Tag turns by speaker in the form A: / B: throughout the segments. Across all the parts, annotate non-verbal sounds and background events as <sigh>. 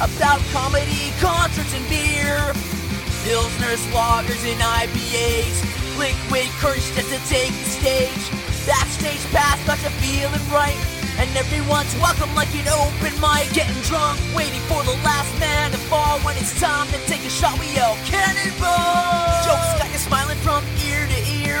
A: about comedy, concerts, and beer. Pilsner loggers, and IPAs. Liquid courage just to take the stage. Backstage pass, got you feeling right. And everyone's welcome like an open mic. Getting drunk, waiting for the last man to fall. When it's time to take a shot, we yell cannonball. Jokes got you smiling from ear to ear.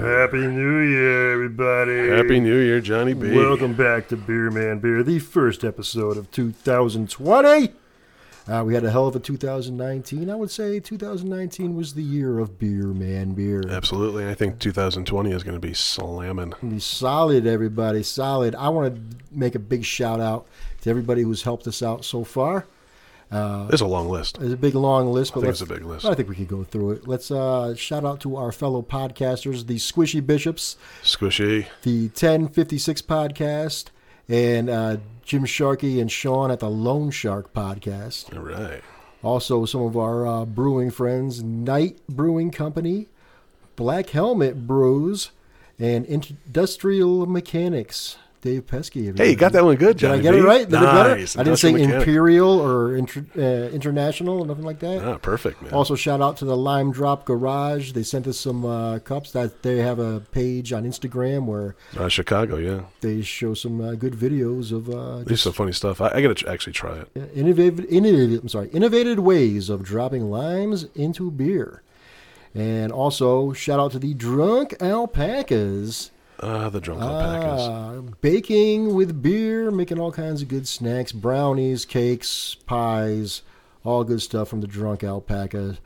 B: Happy New Year, everybody.
C: Happy New Year, Johnny B.
B: Welcome back to Beer Man Beer, the first episode of 2020. Uh, we had a hell of a 2019. I would say 2019 was the year of Beer Man Beer.
C: Absolutely. I think 2020 is going to be slamming.
B: Be solid, everybody, solid. I want to make a big shout out to everybody who's helped us out so far.
C: It's a long list.
B: There's a big long list, but
C: think it's
B: let's-
C: a big list.
B: I think we could go through it. Let's uh, shout out to our fellow podcasters, the Squishy Bishops,
C: Squishy.
B: the 1056 podcast, and uh, Jim Sharkey and Sean at the Lone Shark podcast.
C: All right.
B: Also, some of our uh, brewing friends, Knight Brewing Company, Black Helmet Brews, and Industrial Mechanics. Dave Pesky.
C: Hey, you got that one good,
B: Did
C: Johnny
B: I get
C: B.
B: it right? Did I, get
C: Nice.
B: it? I didn't say
C: Industrial Mechanic.
B: imperial or inter, uh, international or nothing like that.
C: Ah, perfect, man.
B: Also, shout out to the Lime Drop Garage. They sent us some uh, cups. That they have a page on Instagram where
C: Uh, Chicago, yeah.
B: they show some uh, good videos of uh,
C: These are funny stuff. I, I got to tr- actually try it.
B: innovative, innovative. I'm sorry, innovative ways of dropping limes into beer. And also, shout out to the Drunk Alpacas.
C: Ah, the drunk alpacas.
B: Uh, baking with beer, making all kinds of good snacks, brownies, cakes, pies, all good stuff from the drunk alpaca.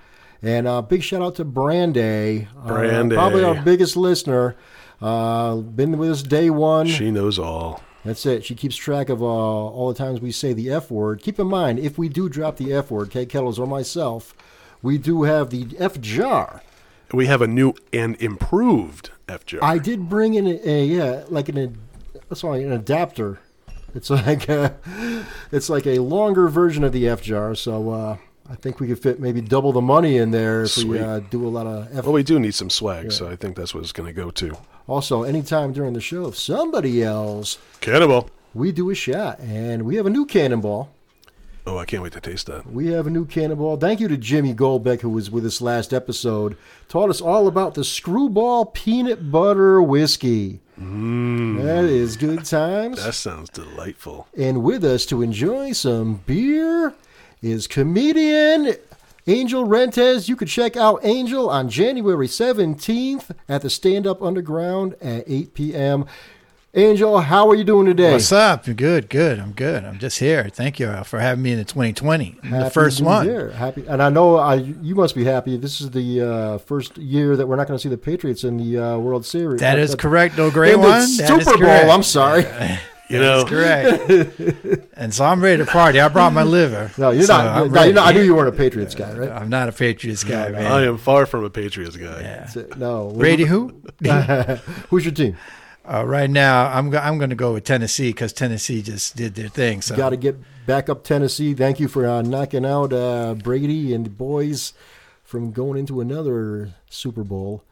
B: And uh, big shout out to Brandy, uh,
C: Brandy.
B: probably our biggest listener. Uh, been with us day one.
C: she knows all.
B: That's it. She keeps track of uh, all the times we say the F word. Keep in mind, if we do drop the F word, Kate Kettles or myself, we do have the F jar.
C: We have a new and improved FJ.
B: I did bring in a, a yeah, like an ad- that's why an adapter. It's like a, <laughs> it's like a longer version of the F jar. So uh, I think we could fit maybe double the money in there if we
C: Sweet.
B: uh, do a lot of F.
C: well, we do need some swag, so I think that's what it's going to go to.
B: Also, anytime during the show, if somebody else,
C: Cannibal.
B: we do a shot, and we have a new cannonball.
C: Oh, I can't wait to taste that.
B: We have a new cannonball. Thank you to Jimmy Goldbeck, who was with us last episode. Taught us all about the screwball peanut butter whiskey. That is good times.
C: That sounds delightful.
B: And with us to enjoy some beer is comedian Angel Rentes. You can check out Angel on January 17th at the Stand Up Underground at 8 p.m. Angel, how are you doing today?
D: What's up? You're good, good. I'm good. I'm just here. Thank you for having me in the 2020, I'm the
B: Happy
D: first
B: New
D: one.
B: Year. Happy, and I know I you must be happy. This is the uh, first year that we're not going to see the Patriots in the uh, World Series.
D: That is correct, no gray
B: In the
D: one. That
B: Super
D: is
B: Bowl.
D: correct.
B: I'm
D: <laughs>
B: sorry.
C: You know,
D: correct.
B: <laughs>
D: and so I'm ready to party. I brought my liver.
B: No, you're
D: So
B: not.
D: I'm
B: No, you're
D: ready.
B: not. I knew you weren't a Patriots guy, right?
D: I'm not a Patriots guy, man.
C: I am far from a Patriots guy.
B: That's it. No.
D: Brady,
B: <laughs>
D: who?
B: Who's your team?
D: Uh, right now, I'm go- I'm going to go with Tennessee because Tennessee just did their thing. So
B: Got to get back up Tennessee. Thank you for uh, knocking out uh, Brady and the boys from going into another Super Bowl.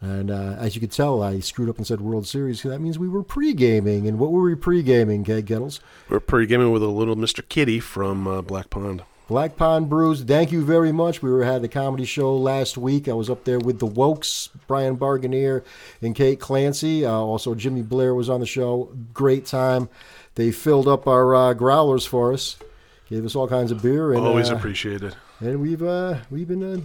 B: And uh, as you could tell, I screwed up and said World Series. 'cause That means we were pre-gaming. And what were we pre-gaming, Keg Kettles?
C: We're pre-gaming with a little Mr. Kitty from uh, Black Pond.
B: Black Pond Brews, thank you very much. We were had the comedy show last week. I was up there with the Wokes, Brian Barganier, and Kate Clancy. Uh, also, Jimmy Blair was on the show. Great time. They filled up our uh, growlers for us, gave us all kinds of beer, and
C: Always
B: uh,
C: appreciated.
B: and we've uh, we've been uh,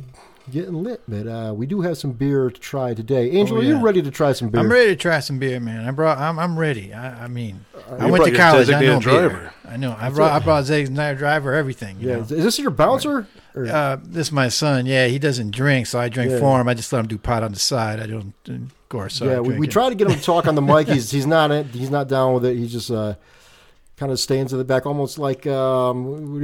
B: getting lit. But uh, we do have some beer to try today. Angel, are you
D: Oh, yeah.
B: ready to try some beer?
D: I'm ready to try some beer, man. I brought. I'm, I'm ready. I, I mean,
B: Uh,
D: I went
C: brought
D: to
C: your
D: college. I know
C: designated driver.
D: beer. I know. I brought. I brought Zay's driver. Everything. You
B: Yeah,
D: know?
B: is this your bouncer? Or-
D: Uh, this is my son. Yeah, he doesn't drink, so I drink
B: Yeah.
D: for him. I just let him do pot on the side. I don't, uh, of course. So I
B: yeah, we,
D: drink
B: we
D: it. <laughs>
B: try to get him to talk on the mic. He's he's not he's not down with it. He's just uh, kind of stands in the back, almost like um, <laughs>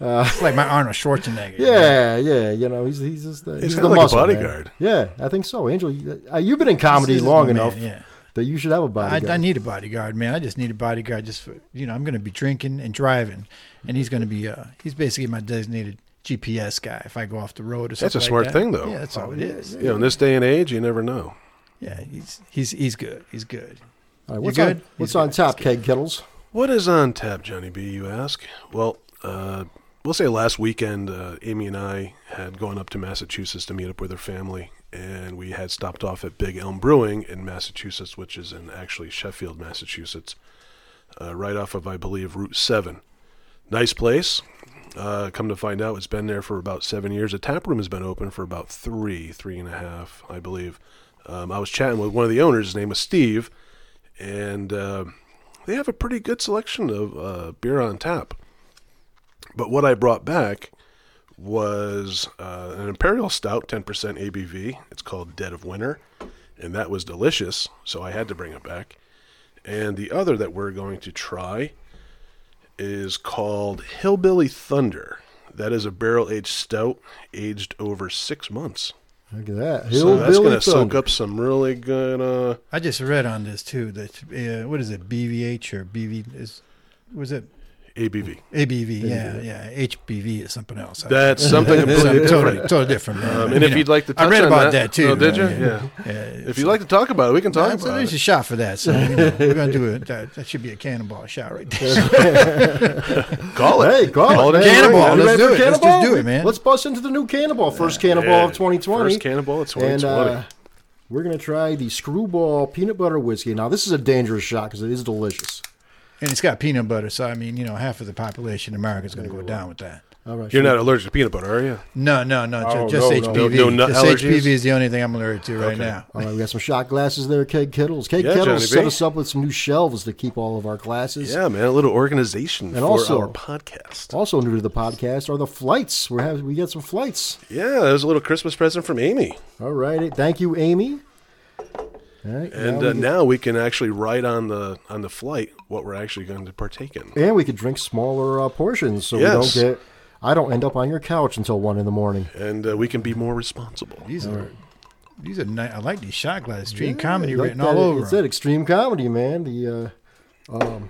D: It's like my Arnold Schwarzenegger.
B: yeah, yeah. You know, he's he's just the, he's
C: kinda
B: the
C: like a
B: muscle, man.
C: bodyguard.
B: Yeah, I think so. Angel, you- uh, you've been in comedy
D: This is
B: long
D: my man,
B: enough
D: yeah.
B: that you should have a
D: I,
B: bodyguard.
D: I need a bodyguard, man. I just need a bodyguard just for you know. I'm going to be drinking and driving, and he's going to be uh he's basically my designated GPS guy if I go off the road or something.
C: That's a
D: like
C: smart
D: that.
C: thing, though.
D: Yeah, that's all it is.
C: You know, in this day and age, you never know.
D: Yeah, he's he's he's good. He's good.
B: All right, what's
D: You
B: on,
D: good?
B: What's
D: He's
B: on
D: good.
B: top, Keg Kettles?
C: What is on tap, Johnny B, you ask? Well, uh, we'll say last weekend, uh, Amy and I had gone up to Massachusetts to meet up with her family, and we had stopped off at Big Elm Brewing in Massachusetts, which is in actually Sheffield, Massachusetts, uh, right off of, I believe, Route 7. Nice place. Uh, come to find out, it's been there for about seven years. The tap room has been open for about three, three and a half, I believe. Um, I was chatting with one of the owners. His name was Steve, and uh, they have a pretty good selection of uh, beer on tap. But what I brought back was uh, an imperial stout, 10% ABV. It's called Dead of Winter, and that was delicious, so I had to bring it back. And the other that we're going to try is called Hillbilly Thunder. That is a barrel aged stout aged over six months.
B: Look at that.
C: So
B: Hillbilly
C: that's going to soak
B: Thunder.
C: up some really good. Uh,
D: I just read on this too that uh, what is it BVH or BV is was it
C: ABV.
D: ABV? Yeah, yeah, HBV is something else. I- <laughs>
C: That's something
D: It's
C: completely
D: something totally,
C: different.
D: totally different. man.
C: Um,
D: But,
C: and
D: you
C: if
D: know,
C: you'd like to touch
D: I read
C: on
D: about that, too.
C: Oh, did you?
D: man.
C: Yeah.
D: Yeah,
C: If you'd like to talk about it, we can talk
D: so
C: about
D: there's a
C: it.
D: shot for
C: <laughs>
D: that. So you know, we're gonna do it. That, that should be a cannonball shot right there.
C: Call it.
B: Hey, call, it.
C: it.
B: man.
D: Cannonball.
B: You ready for
D: Let's do it. Let's just
B: Cannonball?
D: do it, man.
B: Let's bust into the new Cannonball. First Cannonball of
C: Yeah.
B: 2020.
C: First Cannonball of
B: And,
C: 2020.
B: uh, we're going to try the Screwball Peanut Butter Whiskey. Now, this is a dangerous shot because it is delicious.
D: and it's got peanut butter, so I mean, you know, half of the population in America is gonna go down with that.
B: All right,
C: You're
B: sure.
C: not allergic to peanut butter, are you?
D: No, no, no. ju-
B: Oh,
D: just
B: no, no.
D: HPV.
C: No- no nut
D: just
C: allergies?
D: HPV is the only thing I'm allergic to right
C: Okay.
D: now.
B: All right, we got some shot glasses there, Keg Kettles. Keg
C: Yeah, Johnny B.
B: Kettles set us up with some new shelves to keep all of our glasses.
C: Yeah, man. A little organization for
B: also-
C: our podcast.
B: Also new to the podcast are the flights. We're having, we got some flights.
C: yeah, there's a little Christmas present from Amy.
B: All right, thank you, Amy. All right,
C: And
B: now we
C: uh,
B: can-
C: now we can actually write on the on the flight what we're actually going to partake in.
B: and we could drink smaller uh, portions so
C: Yes.
B: we don't get i don't end up on your couch until one in the morning
C: And uh, we can be more responsible.
D: These are these are nice. I like these shot glasses. Street
B: Yeah,
D: comedy
B: like
D: written
B: that-
D: all over.
B: it's that
D: 'em.
B: extreme comedy man the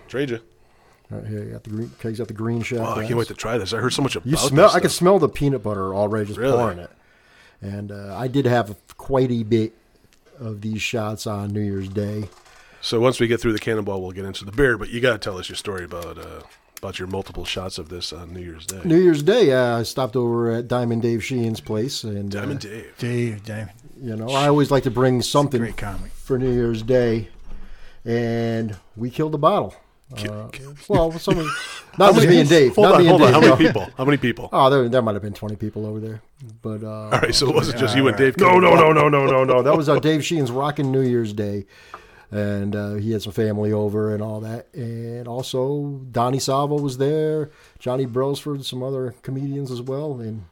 C: Trade you.
B: uh right here you got the green Keg's got the green shot
C: Oh, I can't
B: glass.
C: wait to try this. I heard so much about
B: you smell
C: This
B: i can
C: stuff.
B: smell the peanut butter already just
C: Really?
B: pouring it and uh, i did have quite a bit of these shots on new year's day
C: So once we get through the cannonball, we'll get into the beer. But you got to tell us your story about uh, about your multiple shots of this on New Year's Day.
B: new year's day uh, i stopped over at diamond dave sheehan's place and uh,
C: Diamond Dave.
D: Dave, Dave,
B: you know i always like to bring something
D: great comic.
B: for new year's day and we killed a bottle
C: Uh,
B: Well, some of, <laughs> not just me and Dave.
C: Hold
B: not
C: on,
B: me and
C: hold on.
B: Dave,
C: How many
B: no.
C: people? How many <laughs> people?
B: Oh, there, there might have been 20 people over there. But uh,
C: All right, so it wasn't just you and Dave.
B: no, no, no, no, no, no, no. That was uh, Dave Sheehan's Rockin' New Year's Day. And uh, he had some family over and all that. And also, Donnie Salvo was there, Johnny Brosford, some other comedians as well. And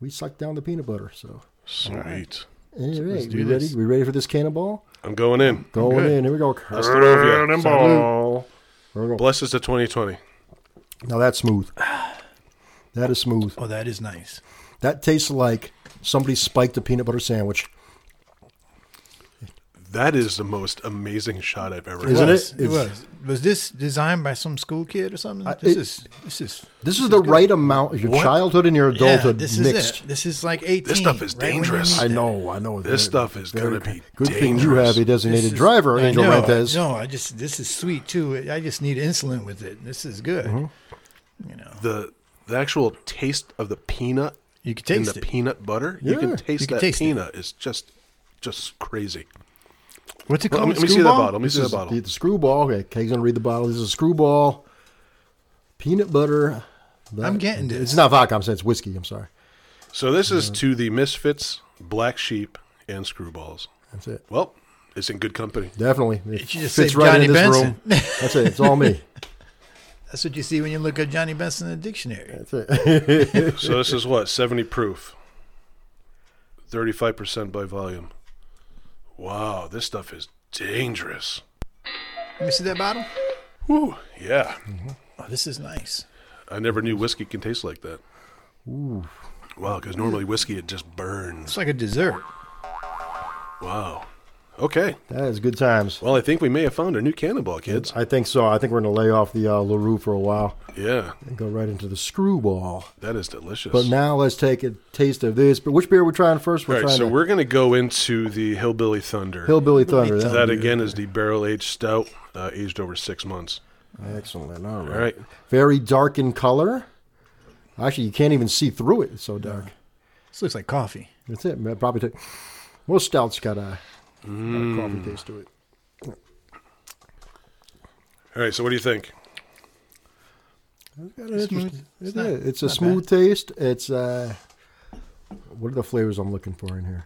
B: we sucked down the peanut butter. So,
C: Sweet.
B: all right,
D: do
B: we
D: this.
B: ready? We ready for this cannonball?
C: I'm going in.
B: Going
D: good.
B: in. Here we go.
C: Let's throw it over you.
B: Here we go.
C: Bless us to 2020.
B: Now that's smooth. That is smooth.
D: Oh, that is nice.
B: That tastes like somebody spiked a peanut butter sandwich.
C: That is the most amazing shot I've ever
B: Isn't
C: had.
B: it?
D: was, It
B: It's-
D: was. Was this designed by some school kid or something?
B: I-
D: this
B: it-
D: is this is
B: This is the right amount of your
C: What?
B: childhood and your
D: yeah,
B: adulthood
D: this is
B: mixed.
D: it. This is like eighteen.
C: stuff is
D: right when you
C: dangerous.
D: need
B: I
D: that.
B: know, I know.
C: This stuff is
B: very
C: gonna be
B: good thing you
C: dangerous.
B: have a
D: This
B: designated
D: is-
B: driver,
D: I
B: Angel
D: know,
B: Rentez.
D: No, I just this is sweet too. I just need insulin with it. This is good.
B: Mm-hmm.
D: You know,
C: The the actual taste of the peanut
D: you can
C: in
D: taste
C: the
D: it.
C: peanut butter. You
B: Yeah.
C: can taste
D: You can
C: that
D: taste it.
C: peanut. It's just just crazy.
D: What's it
C: Well,
D: called?
C: let me- let me see that
D: Screwball?
C: bottle. Let me
B: This
C: see the
B: is
C: bottle.
B: The, the screwball. Okay, Keg's gonna read the bottle. This is a screwball, peanut butter.
D: I'm getting
B: It's
D: this.
B: not vodka. I'm saying it's whiskey. I'm sorry.
C: So this is to the misfits, black sheep, and screwballs.
B: That's it.
C: Well, it's in good company.
B: Definitely. It
D: should just
B: fits
D: say
B: right
D: Johnny
B: in this
D: Benson. <laughs>
B: room. That's it. It's all me.
D: That's what you see when you look at Johnny Benson in the dictionary.
B: That's it. <laughs>
C: So this is what seventy proof, thirty five percent by volume. Wow, this stuff is dangerous.
D: Let me see that bottle.
C: Whew, yeah.
D: Oh, this is nice.
C: I never knew whiskey can taste like that. Ooh. Wow, because normally whiskey, it just burns.
D: It's like a dessert.
C: Wow. Okay.
B: That is good times.
C: Well, I think we may have found our new cannonball, kids.
B: I think so. I think we're going to lay off the uh, LaRue for a while
C: Yeah,
B: and go right into the screwball.
C: that is delicious.
B: But now let's take a taste of this. But which beer are we trying first? We're
C: All right,
B: trying
C: so
B: the
C: we're going to go into the Hillbilly Thunder.
B: Hillbilly Thunder.
D: Thunder.
C: that, again, is the barrel aged stout, uh, aged over six months.
B: Excellent. All right.
C: All right.
B: Very dark in color. Actually, you can't even see through it. It's so dark.
D: This looks like coffee.
B: That's it. man. Probably take most stouts got a,
C: Mm.
B: got a coffee taste to it.
C: All right, so what do you think?
B: Got an interesting-
D: It's
B: isn't it?
D: not-
B: It's a
D: not bad.
B: smooth taste. It's uh, what are the flavors I'm looking for in here?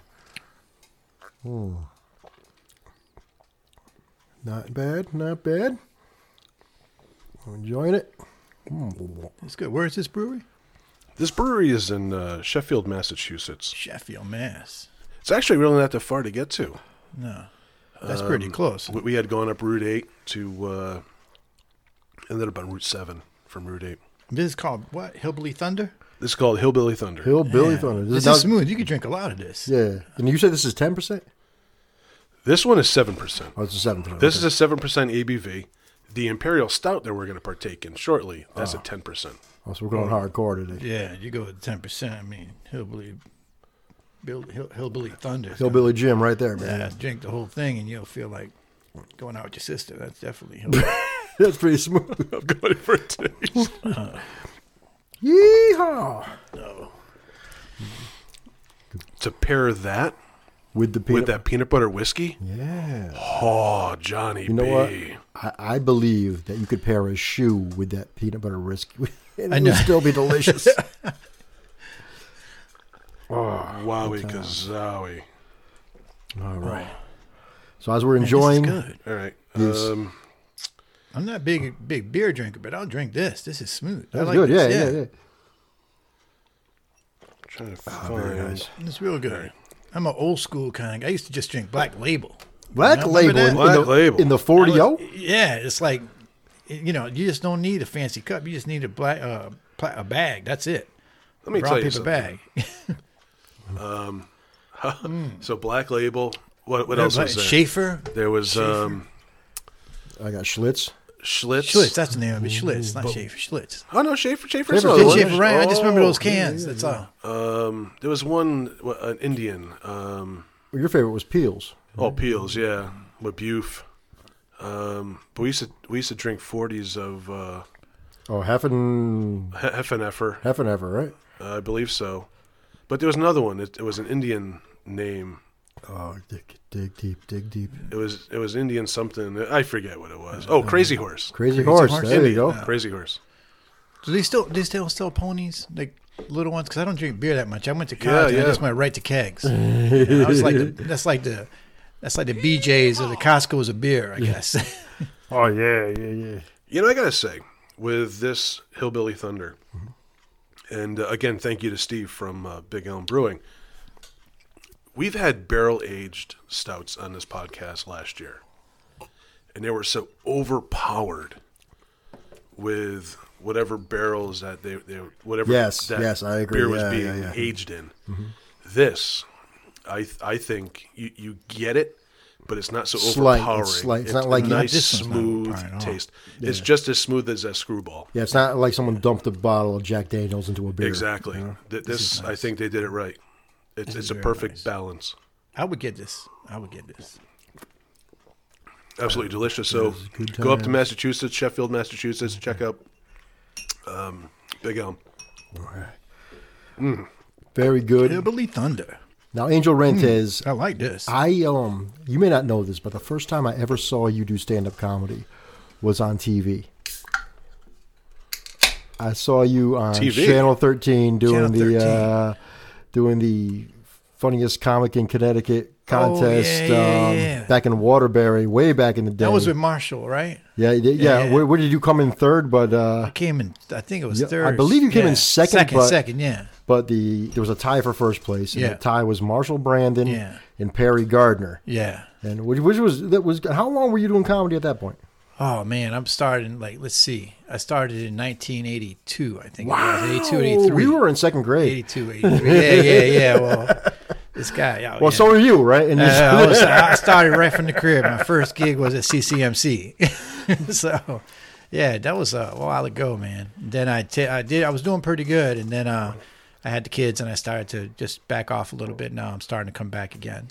B: Hmm. Not bad. Not bad. I'm enjoying it.
D: It's good. Where is this brewery?
C: This brewery is in uh, Sheffield, Massachusetts.
D: Sheffield, Mass.
C: It's actually really not that far to get to.
D: No,
C: Um,
D: that's pretty close.
C: We- We had gone up Route 8 to, uh, ended up on Route 7 from Route 8.
D: This is called what? Hillbilly Thunder.
C: This is called Hillbilly Thunder.
B: Hillbilly
D: Man,
B: Thunder.
D: This,
B: not-
D: is smooth. You could drink a lot of this.
B: Yeah. And you said this is ten percent.
C: this one is 7%.
B: Oh, it's a seven percent.
C: This is a 7% ABV. The Imperial Stout that we're going to partake in shortly, that's at 10%.
B: Oh, so we're going hardcore today.
D: Yeah, you go with ten percent. I mean, hillbilly, Bill, Hill, hillbilly thunder.
B: Hillbilly Jim, right there, man.
D: Yeah, drink the whole thing, and you'll feel like going out with your sister. That's
B: <laughs>
D: definitely hillbilly.
B: <laughs> That's pretty smooth.
C: I'm going for a taste.
B: <laughs> Yeehaw!
C: to pair that
B: With the
C: with
B: peanut.
C: that peanut butter whiskey,
B: yeah.
C: oh, Johnny
B: You know
C: B.
B: what? I, I believe that you could pair a shoe with that peanut butter whiskey, <laughs> and
D: I
B: it
D: know.
B: would still be
D: <laughs>
B: delicious.
C: Wowie kazowie.
B: All right. So as we're enjoying,
D: This is good.
C: All right.
B: Yes.
C: Um,
D: I'm not a big big beer drinker, but I'll drink this. This is smooth. I
B: that's
D: like
B: good. Yeah,
D: This.
B: yeah, yeah.
C: trying to
B: very
C: find.
B: nice.
D: It's real good. I'm an old school kind. of guy. I used to just drink Black Label.
B: Black
D: Remember
B: label,
D: that?
B: in,
C: Black
B: the,
C: Label.
B: in the forty oh?
D: I
B: o.
D: was- Yeah, it's like you know, you just don't need a fancy cup. You just need a black uh, pla- a bag. That's it.
C: Let me
D: Brown
C: tell you
D: paper
C: something.
D: bag. <laughs>
C: So Black Label. What, what else was there?
D: Schaefer.
C: There was um,
B: I got Schlitz.
C: Schlitz.
D: Schlitz, that's the name of it. Schlitz, not Schaefer. Schlitz.
C: Oh no, Schaefer. Schaefer's
B: Schaefer's
C: another
B: good.
C: one.
D: Schaefer, right? I just remember
C: Oh.
D: those cans. That's all.
C: Um, there was one wha- an Indian. Um,
B: Well, your favorite was Peels.
C: oh Peels, yeah, with Buf. Um, but we used to we used to drink forties of uh,
B: Oh, Heffen,
C: He- Heffeneffer,
B: Heffeneffer, right?
C: uh, I believe so. But there was another one. It, it was an Indian name.
B: Oh, dig, dig deep, dig deep.
C: It was it was Indian something. I forget what it was. Oh, Crazy Horse.
B: Crazy, horse.
D: Horse.
B: There you go.
C: Crazy Horse.
D: Do they still do they still sell ponies like little ones? Because I don't drink beer that much. I went to college.
C: yeah.
D: and I just went right to kegs. And I was like, the,
B: <laughs>
D: that's like the that's like the BJ's or the Costco's of beer, I guess. <laughs>
B: Oh yeah, yeah, yeah.
C: You know, I gotta say, with this Hillbilly Thunder, and uh, again, thank you to Steve from uh, Big Elm Brewing. We've had barrel aged stouts on this podcast last year, and they were so overpowered with whatever barrels that they, they whatever
B: Yes,
C: that
B: yes, I agree.
C: beer was
B: Yeah,
C: being
B: yeah, Mm-hmm. yeah.
C: aged in. This, I th- I think you you get it, but it's not so
B: Slight, it's
C: overpowering.
B: slight. It's not like-
C: a
B: Yeah,
C: nice
D: this one's not overpowering
C: smooth
D: at all.
C: taste. It's just as smooth as a screwball.
B: Yeah, it's not like someone dumped a bottle of Jack Daniels into a beer.
C: Exactly. Th- this, I think they did it right. It's, it's
D: is
C: a
D: very
C: perfect
D: nice.
C: balance.
D: I would get this. I would get this.
C: Absolutely delicious. So
B: good
C: go up to
B: times.
C: Massachusetts, Sheffield, Massachusetts. Check out um, Big Elm.
B: Very good.
D: Hillbilly Thunder.
B: Now, Angel Rentes,
D: I like this.
B: I um, you may not know this, but the first time I ever saw you do stand-up comedy was on TV. I saw you on
C: TV?
B: Channel 13 doing
D: Channel
B: the
D: 13.
B: uh, doing the funniest comic in Connecticut
D: Oh, yeah,
B: contest
D: yeah,
B: um,
D: yeah.
B: back in Waterbury, way back in the day.
D: that was with Marshall, right?
B: yeah, yeah, yeah.
D: yeah.
B: Where, where did you come in third? But uh,
D: I came in. I think it was
B: Yeah, I
D: third.
B: believe you came in second,
D: Second,
B: but-
D: second, yeah.
B: but the there was a tie for first place. And
D: Yeah.
B: the tie was Marshall Brandon
D: Yeah.
B: and Perry Gardner.
D: Yeah.
B: And which, which was that was how long were you doing comedy at that point?
D: Oh man, I'm starting like let's see. I started in 1982, I think. Wow. It was 82, 83.
B: Oh, we were in second grade.
D: 82, 83. Yeah, yeah, yeah. Well, this guy. Oh,
B: Well,
D: yeah.
B: so were you, right? And you,
D: Uh, <laughs> I, was- I started right from the crib. My first gig was at CCMC. <laughs> so, yeah, that was a while ago, man. Then I ti- I did I was doing pretty good, and then uh, I had the kids, and I started to just back off a little bit. Now I'm starting to come back again,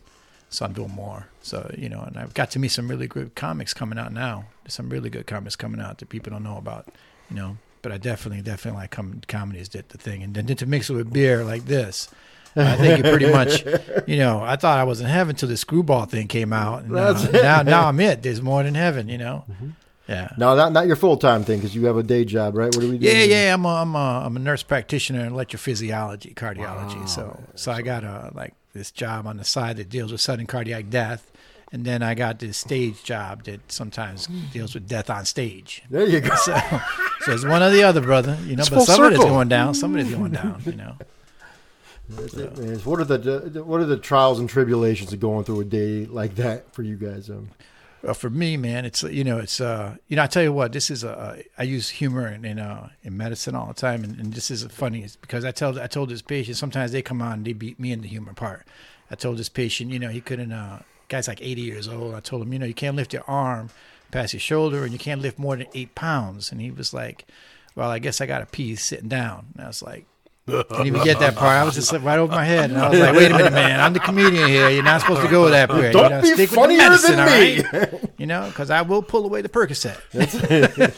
D: so I'm doing more. So you know, and I've got to meet some really good comics coming out now. There's some really good comics coming out that people don't know about, you know. But I definitely, definitely like com- comedy is the the thing, and then to mix it with beer like this. I think you pretty <laughs> much, you know, I thought I was in heaven till the screwball thing came out. And, uh, now, now I'm it. Mm-hmm. There's more than heaven, you know. Yeah.
B: no, not, not your full time thing because you have a day job, right? What do we do?
D: Yeah, yeah. I'm a, I'm a, I'm a nurse practitioner in electrophysiology, cardiology. So, so I got a like this job on the side that deals with sudden cardiac death, and then I got this stage job that sometimes deals with death on stage.
B: There you go.
D: So, so it's one or the other, brother. You know, but
C: full
D: somebody's
C: circle.
D: going down. Somebody's going down. You know.
B: Yes, What are the what are the trials and tribulations of going through a day like that for you guys?
D: <laughs>
B: Um,
D: Well, for me, man, it's you know, it's uh, you know, I tell you what, this is a I use humor in in, uh, in medicine all the time, and, and this is funny it's because I tell I told this patient sometimes they come on and they beat me in the humor part. I told this patient, you know, he couldn't. Uh, guy's like 80 years old. I told him, you know, you can't lift your arm past your shoulder, and you can't lift more than eight pounds. And he was like, "Well, I guess I got to pee sitting down." And I was like, didn't even get that part. I was just like, right over my head, and I was like, "Wait a minute, man! I'm the comedian here. You're not supposed to go that way.
B: Don't
D: you know,
B: be
D: stick
B: funnier
D: with the medicine,
B: than me."
D: all right? You know, because I will pull away the Percocet.
B: yeah,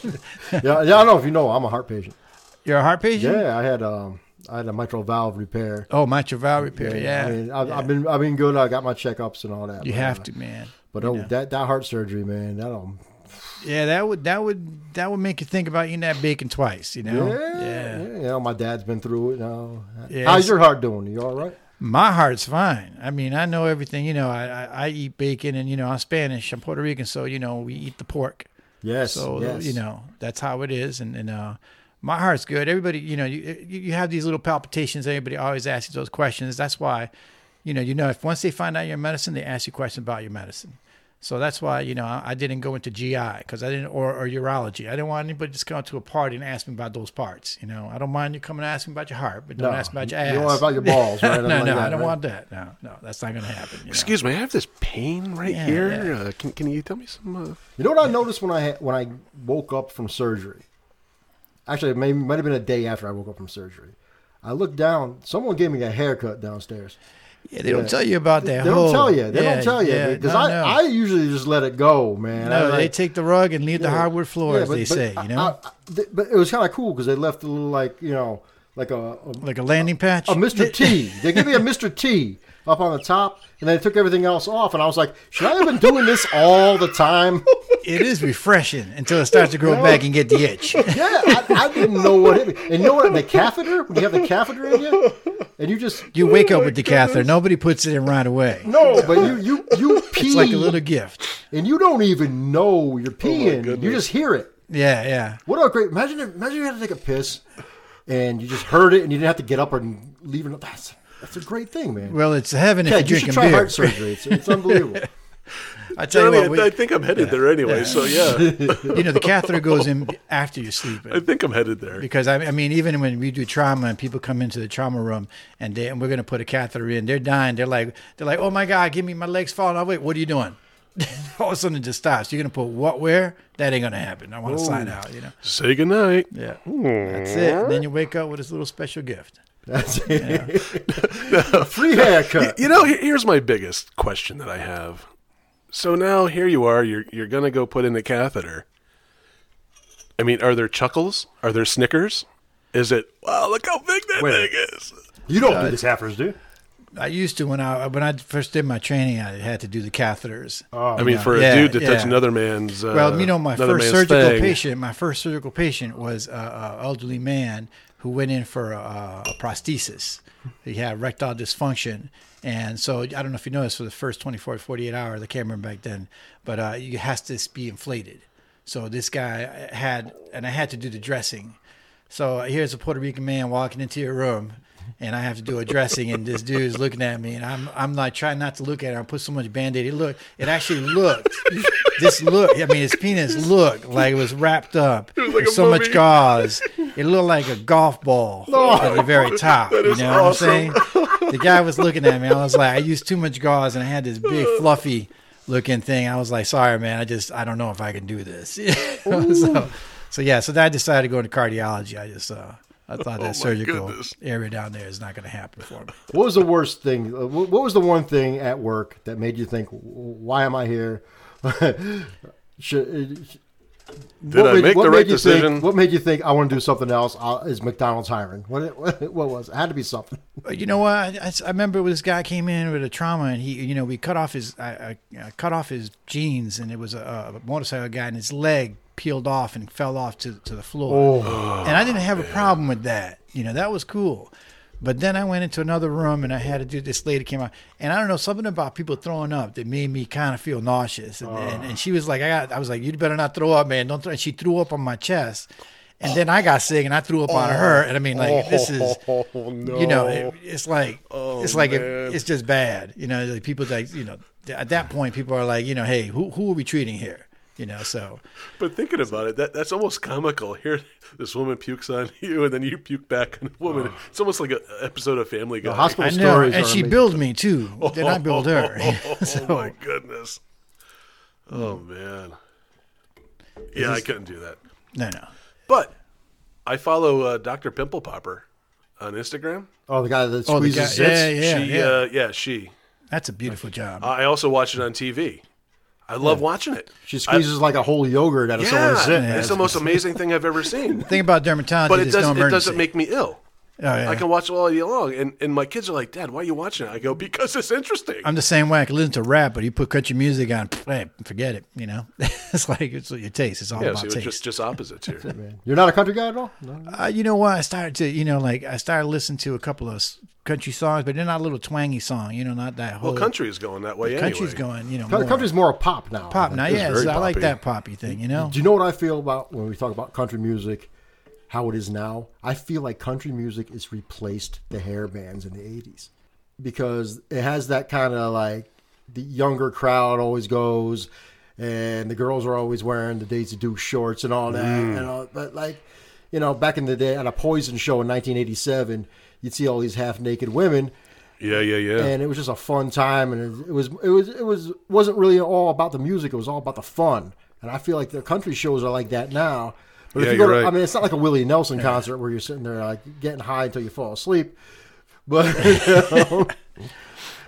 B: yeah, I don't know if you know, I'm a heart patient.
D: You're a heart patient.
B: Yeah, I had um, I had a mitral valve repair.
D: Oh, mitral valve repair. Yeah,
B: I mean, I, I've been I've been good. I got my checkups and all that.
D: you
B: but,
D: have
B: uh,
D: to, man.
B: But
D: you
B: oh,
D: know.
B: that that heart surgery, man, that um,
D: Yeah, that would that would that would make you think about eating that bacon twice. You know.
B: yeah, yeah, you know, my dad's been through it now.
D: Oh, Yeah,
B: How's
D: it's-
B: your heart doing? You all right?
D: My heart's fine. I mean, I know everything. You know, I, I, I eat bacon, and you know, I'm Spanish. I'm Puerto Rican, so you know, we eat the pork.
B: Yes.
D: So
B: yes.
D: you know that's how it is, and and uh, my heart's good. Everybody, you know, you you you have these little palpitations. Everybody always asks you those questions. That's why, you know, you know, if once they find out your medicine, they ask you questions about your medicine. So that's why you know I, I didn't go into GI because I didn't or, or urology. I didn't want anybody just come to a party and ask me about those parts. You know, I don't mind you coming and asking about your heart, but don't
B: No,
D: ask about your
B: you
D: ass.
B: don't want about your
D: <laughs>
B: balls, right?
D: no,
B: Nothing
D: no,
B: like
D: I
B: that,
D: don't
B: right?
D: want that. No, no, that's not going to happen. you know.
C: Excuse me, I have this pain right
D: Yeah,
C: here.
D: yeah.
C: Uh, can, can you tell me some? Uh,
B: You know what I noticed when I had, when I woke up from surgery? Actually, it may, might have been a day after I woke up from surgery. I looked down. Someone gave me a haircut downstairs.
D: Yeah, they don't tell you about that.
B: They
D: whole-
B: don't tell you. They
D: Oh, yeah,
B: don't tell you
D: yeah,
B: because
D: no,
B: I,
D: no.
B: I usually just let it go, man. I
D: No,
B: like-
D: they take the rug and leave the
B: Yeah.
D: hardwood floor,
B: Yeah,
D: as
B: but-
D: they
B: but
D: say.
B: I-
D: You know,
B: I- I- th- but it was kind of cool because they left a little like you know like a a,
D: like a
B: oh,
D: landing patch.
B: a Mr. T. They gave me a Mr. T up on the top, and they took everything else off, and I was like, should I have been doing this all the
D: <laughs>
B: time?
D: <laughs> It is refreshing until it starts to grow back and get the
B: <laughs>
D: itch.
B: Yeah, I, I didn't know what it. And you know what? The catheter. When you have the catheter in you, and you just
D: <laughs> You wake up with the catheter. Nobody puts it in right away.
B: <laughs> no, but you you you pee
D: <laughs> It's like a little Oh gift.
B: and you don't even know you're peeing. you
C: goodness.
B: just hear it.
D: Yeah, yeah.
B: What a great! Imagine if, imagine you had to take a piss, and you just heard it, and you didn't have to get up and leave. It. That's that's a great thing, man.
D: Well, it's heaven if
B: yeah,
D: you're
B: you should
D: drinking
B: try
D: beer.
B: heart surgery. It's, it's
D: <laughs>
B: unbelievable.
D: I tell
C: Johnny,
D: you what,
C: I, I
D: we,
C: think I'm headed there anyway. So yeah,
D: you know, the catheter goes in after
B: <laughs>
D: you're
C: I
D: sleeping.
C: think I'm headed there.
D: Because I, I mean, even when we do trauma and people come into the trauma room and they and we're gonna put a catheter in, they're dying. They're like, they're like, oh my god, give me my legs falling. I wait, what are you doing? <laughs> All of a sudden, it just stops. You're gonna put what where? That ain't gonna happen. I want to sign out. You know.
C: Say goodnight.
D: Yeah. That's it. And then you wake up with this little special gift.
B: That's it. <laughs> Free haircut.
C: You know, here- here's my biggest question that I have. So now here you are. You're you're gonna go put in the catheter. I mean, are there chuckles? Are there snickers? Is it wow? Look how big that
B: Wait.
C: thing is.
B: You don't do the tappers, do? you?
D: I used to when I when I first did my training, I had to do the catheters.
C: I mean, for
D: Yeah,
C: a dude to touch
D: yeah.
C: another man's uh,
D: well, you know, my
C: another
D: first
C: man's
D: surgical
C: thing.
D: patient, my first surgical patient was a, a elderly man who went in for a, a prosthesis. He had erectile dysfunction, and so I don't know if you noticed for the first 24, 48 hours, I can't remember back then, but uh, it has to be inflated. So this guy had, and I had to do the dressing. So here's a Puerto Rican man walking into your room, and I have to do a dressing, and this dude's looking at me, and I'm I'm like trying not to look at him. I put so much band aid. It looked, it actually looked. this look, I mean, his penis looked like it was wrapped up.
C: was like
D: with
C: a
D: so much
C: mummy.
D: gauze. It looked like a golf ball at the very top. you
C: is
D: know what I'm saying? The guy was looking at me. I was like, I used too much gauze, and I had this big fluffy looking thing. I was like, sorry, man, I just I don't know if I can do this. <laughs> so, so yeah, so then I decided to go into cardiology. I just uh, I thought that surgical
C: goodness.
D: area down there is not going to happen for me.
B: What was the worst thing? uh, What what was the one thing at work that made you think, "Why am I here?" <laughs> uh, Should,
C: Did I make the right
B: you think-
C: decision?
B: what made you think I want to do something else? Uh, is McDonald's hiring? What, <laughs> what what was? It had to be something.
D: But you know what? I, I s- I remember when this guy came in with a trauma, and he, you know, we cut off his, I, I, I cut off his jeans, and it was a, a motorcycle guy, and his leg peeled off and fell off to, to the floor. and I didn't have a problem with that. You know, that was cool. But then I went into another room, and I had to do this lady came out, and I don't know something about people throwing up that made me kind of feel nauseous. And, and, and she was like, I got, I was like, you better not throw up, man. Don't. Throw, and she threw up on my chest. And then I got sick, and I threw up on her. And I mean, like, this is
C: <laughs> Oh, no. Oh,
D: you know, it, it's like it's like it,
C: man.
D: it's just bad. You know, like people like you know th- at that point people are like you know, hey, who who are we treating here? You know, so
C: But thinking about it, that, that's almost comical. Here, this woman pukes on <laughs> you, and then you puke back on the woman. It's almost like an episode of Family Guy.
B: hospital
D: I know,
B: stories
D: and
B: are
D: she
B: amazing.
D: billed me too. Then I
C: <laughs>
D: billed her. <laughs>
C: Oh,
D: so
C: my goodness. Oh, man. Yeah, I couldn't do that.
D: no, no,
C: But I follow uh, Dr. Pimple Popper on Instagram.
B: Oh, the guy that
D: Oh, the
B: squeezes
D: guy-
B: zits?
D: yeah, yeah,
C: she,
D: yeah.
C: Uh, yeah, she.
D: that's a beautiful job.
C: I also watch it on TV. I love watching it.
B: She squeezes like a whole yogurt out of someone's
C: Yeah,
B: zit.
C: it's the
D: <laughs>
C: most amazing thing I've ever seen.
D: Think about dermatology.
C: But it
D: there's no
C: doesn't. It doesn't
D: emergency.
C: make me ill.
D: Oh, yeah.
C: I can watch it all day long, and, and my kids are like, "Dad, why are you watching it?" I go, "Because it's interesting."
D: I'm the same way. I can listen to rap, but you put country music on, eh, forget it. You know, <laughs> it's like it's your taste. It's all
C: yeah,
D: about
C: so it's
D: taste.
C: just just opposites
D: <laughs>
C: here.
B: You're not a country guy at all. No.
D: Uh, you know what? I started to, you know, like I started listening to a couple of s- country songs, but they're not a little twangy song. You know, not that whole
C: well, country is going that way anyway.
D: country's going. You know,
B: Country-
D: more
B: Country's more a pop now.
D: pop now.
C: It's
D: Yeah,
C: very
D: so I like
C: poppy.
D: that poppy thing. You know,
B: Do you know what I feel about when we talk about country music? How it is now? I feel like country music is replaced the hair bands in the '80s because it has that kind of like the younger crowd always goes, and the girls are always wearing the Daisy Duke shorts and all that.
D: Mm.
B: And all, but like, you know, back in the day at a Poison show in 1987, you'd see all these half-naked women,
C: Yeah, yeah, yeah.
B: and it was just a fun time and it, it was it was it was wasn't really all about the music it was all about the fun and i feel like the country shows are like that now but
C: Yeah,
B: if you go
C: you're
B: to,
C: right.
B: i mean it's not like a willie nelson concert where you're sitting there like getting high until you fall asleep
C: <laughs>
B: but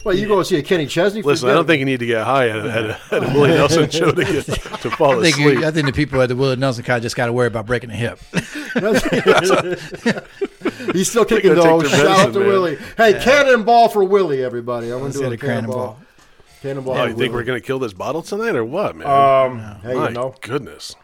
B: well you go see a kenny chesney
C: Listen, I
B: forget
C: don't think <laughs> you need to get high at, a- at, a, at a Willie Nelson show to get to fall
D: I think,
C: asleep.
D: I think the people at the Willard Nelson College just got to worry about breaking a hip.
B: it. <laughs> he's still kicking
C: gotta take
B: though
C: their
B: shout out
C: medicine,
B: to
C: man.
B: willie hey cannonball for willie everybody i'm gonna do
D: Instead
B: a
D: of cannonball.
B: cannonball cannonball
C: oh,
B: for
C: you think we're
B: Willie.
C: gonna kill this bottle tonight or what, man?
B: um hey
C: My
B: you know
C: goodness.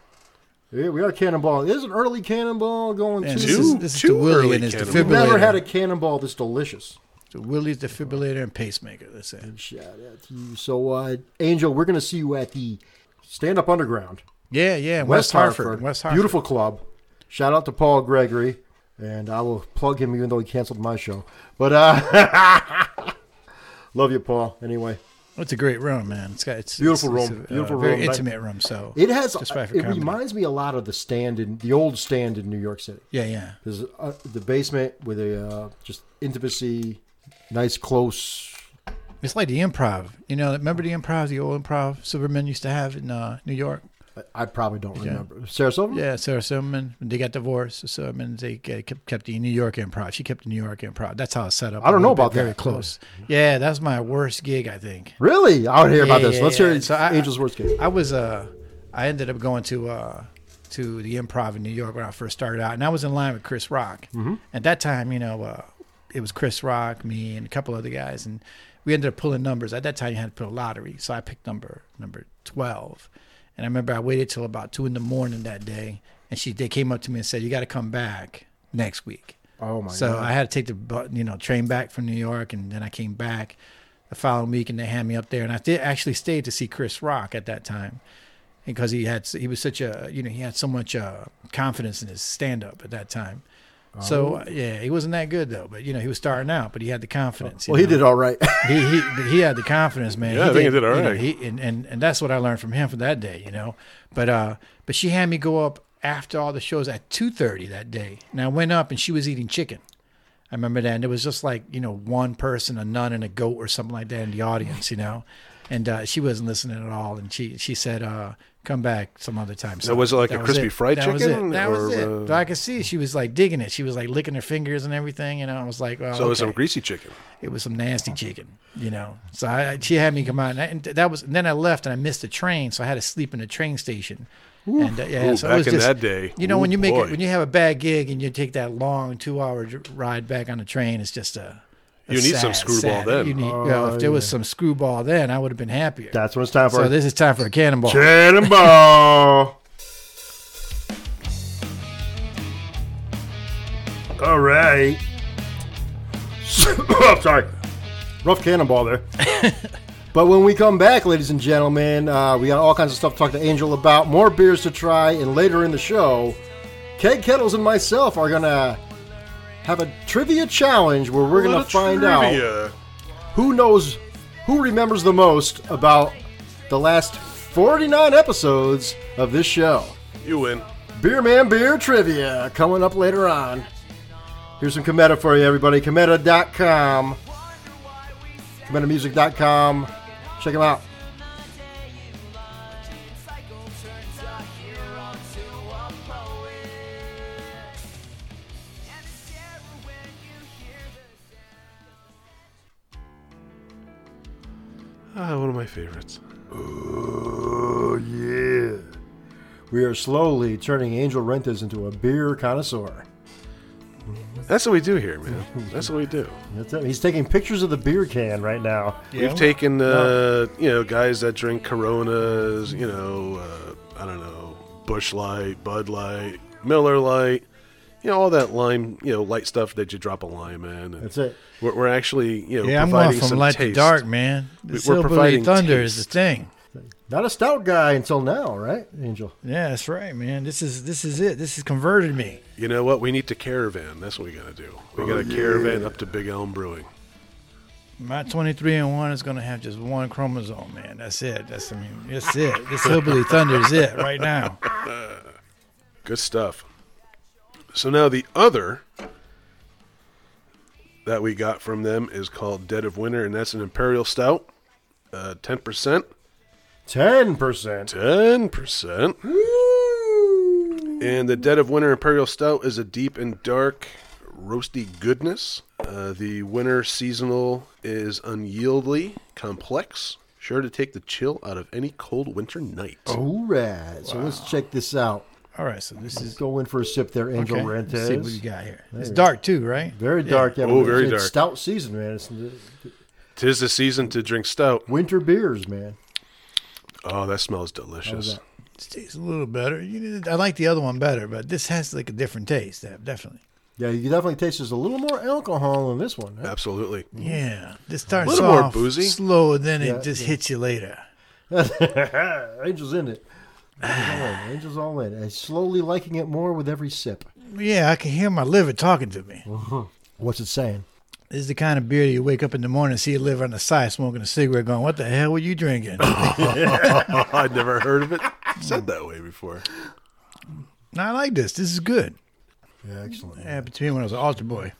B: yeah, we are cannonball there's an early cannonball going
D: And
B: to
D: this is,
C: Too-
D: this is
C: too
D: the Willie
C: early
D: and his
C: cannibal.
D: defibrillator.
B: never had a cannonball that's delicious.
D: The Willie's defibrillator and pacemaker. That's it.
B: Shout out to you. So, uh, Angel, we're going to see you at the Stand Up Underground,
D: Yeah, yeah. West,
B: West
D: Hartford.
B: Hartford.
D: West Hartford.
B: Beautiful club. Shout out to Paul Gregory. And I will plug him even though he canceled my show. But, uh, <laughs> love you, Paul. Anyway,
D: It's a great room, man. It's got it's
B: Beautiful
D: it's-
B: room.
D: It's a, uh,
B: Beautiful
D: very
B: room.
D: intimate room. So
B: it has,
D: Just right for
B: it
D: comedy.
B: reminds me a lot of the stand in, the old stand in New York City.
D: yeah, yeah.
B: There's uh, the basement with a, uh, just intimacy, nice, close.
D: It's like the improv. You know, remember the improv, the old improv Silverman used to have in uh, New York?
B: I- I probably don't remember. Sarasota?
D: Yeah, Sarah Silverman. When they got divorced, Silverman, they ke- kept, kept the New York improv. She kept the New York improv. That's how it's set up.
B: I don't
D: A
B: know
D: little bit,
B: about that.
D: Very close. Yeah, that was my worst gig, I think.
B: Really? I would hear about
D: Yeah,
B: this.
D: yeah,
B: Let's
D: yeah.
B: hear
D: So I-
B: Angel's worst case.
D: I was, uh, I ended up going to, uh, to the improv in New York when I first started out, and I was in line with Chris Rock.
B: Mm-hmm.
D: At that time, you know, uh, it was Chris Rock, me, and a couple other guys, and we ended up pulling numbers. At that time, you had to put a lottery, so I picked number number twelve. And I remember I waited till about two in the morning that day, and she they came up to me and said, "You got to come back next week."
B: Oh my
D: So
B: god!
D: I had to take the bu- you know train back from New York, and then I came back the following week, and they had me up there, and I did actually stayed to see Chris Rock at that time, because he had he was such a you know he had so much uh, confidence in his stand up at that time.
B: Oh.
D: So uh, yeah, he wasn't that good though, but you know he was starting out, but he had the confidence. you
B: Well, he
D: know?
B: did all right. <laughs>
D: he, he he had the confidence, man.
C: Yeah, I think he did all
D: you know,
C: right.
D: he, and, and and that's what I learned from him for that day, you know. But uh, but she had me go up after all the shows at two thirty that day, and I went up and she was eating chicken. I remember that, and it was just like you know one person, a nun and a goat or something like that in the audience, you know. And uh, she wasn't listening at all, and she she said, uh, "Come back some other time." So
C: That was like a crispy
D: it.
C: fried
D: that
C: chicken,
D: Was it. That was
C: or,
D: it.
C: uh,
D: But I could see she was like digging it. She was like licking her fingers and everything, and I was like, "Well,
C: So it was
D: okay
C: some greasy chicken.
D: it was some nasty chicken, you know. So I, I- she had me come out, and, I, and that was. And then I left, and I missed the train, so I had to sleep in the train station. And uh, yeah,
C: Ooh,
D: so it
C: back
D: was
C: in
D: just,
C: that day.
D: you know,
C: Ooh,
D: when you make
C: boy.
D: it, when you have a bad gig and you take that long two-hour dr- ride back on the train, it's just a. a
C: You need some
D: sad,
C: screwball
D: sad-
C: then.
D: You need, you know, if there was some screwball then, I would have been happier.
B: Oh, That's what it's time for.
D: so this is time for a cannonball.
B: Cannonball. All right. <laughs> oh, sorry. Rough cannonball there. but when we come back, ladies and gentlemen, uh, we got all kinds of stuff to talk to Angel about, more beers to try, and later in the show, Keg Kettles and myself are going to have a trivia challenge where we're going to find out who knows who remembers the most about the last 49 episodes of this show
C: You win.
B: beer man beer trivia coming up later on here's some cometa for you everybody cometa.com cometamusic.com check them out
C: Ah, one of my favorites.
B: oh yeah we are slowly turning angel rentas into a beer connoisseur
C: That's what we do here, man. That's what we do.
B: That's it. he's taking pictures of the beer can right now
C: We've taken uh, you know guys that drink Coronas, you know, uh, I don't know, Bush Light, Bud Light, Miller Light, you know, all that lime, you know, light stuff that you drop a lime in. And
B: That's it.
C: We're, we're actually you know
D: yeah, I'm going
C: providing
D: from
C: some
D: light
C: taste.
D: to dark, man. The
C: We're
D: Silver
C: providing
D: Thunder is the
C: taste.
D: thing.
B: not a stout guy until now right angel
D: Yeah, that's right, man. This is this is it. This has converted me.
C: You know what? We need to caravan. That's what we gotta do. We got to caravan up to Big Elm Brewing.
D: My 23 and 1 is going to have just one chromosome, man. That's it. That's, I mean,
B: <laughs>
D: that's it. This hillbilly thunder is it right now.
C: Good stuff. So now the other that we got from them is called Dead of Winter, and that's an Imperial Stout, uh, ten percent.
B: 10%
C: Ten percent. And the Dead of Winter Imperial Stout is a deep and dark, roasty goodness. Uh, the winter seasonal is unyieldly, complex, sure to take the chill out of any cold winter night.
B: All right. Oh, So let's check this out.
D: All right, so this is
B: Let's go in for a sip there, Angel
D: okay.
B: Rentes.
D: Let's see what you got here. It's dark too, right?
B: Very dark. Yeah.
C: Oh,
B: but
C: very
B: it's
C: dark.
B: Stout season, man. It's the
C: Tis the season to drink stout.
B: winter beers, man.
C: Oh, that smells delicious.
D: It tastes a little better. You need- I like the other one better, but this has like a different taste, def- definitely.
B: Yeah, you can definitely taste there's a little more alcohol in this one. huh?
C: Absolutely.
B: Mm-hmm.
D: Yeah, this starts
C: little more
D: off
C: boozy.
D: slow, and then
B: Yeah,
D: it just hits you later.
B: Ah, Angel's in it. Angel's all in. Angel's all in. And slowly liking it more with every sip.
D: Yeah, I can hear my liver talking to me.
B: What's it saying?
D: This is the kind of beer you wake up in the morning, and see your liver on the side smoking a cigarette, going, "What the hell were
B: <coughs>
D: you drinking?"
C: Oh, I'd never heard of it said that way before.
D: no, I like this. This is good.
B: Yeah, excellent.
D: Yeah, Eh, between when I was an altar boy.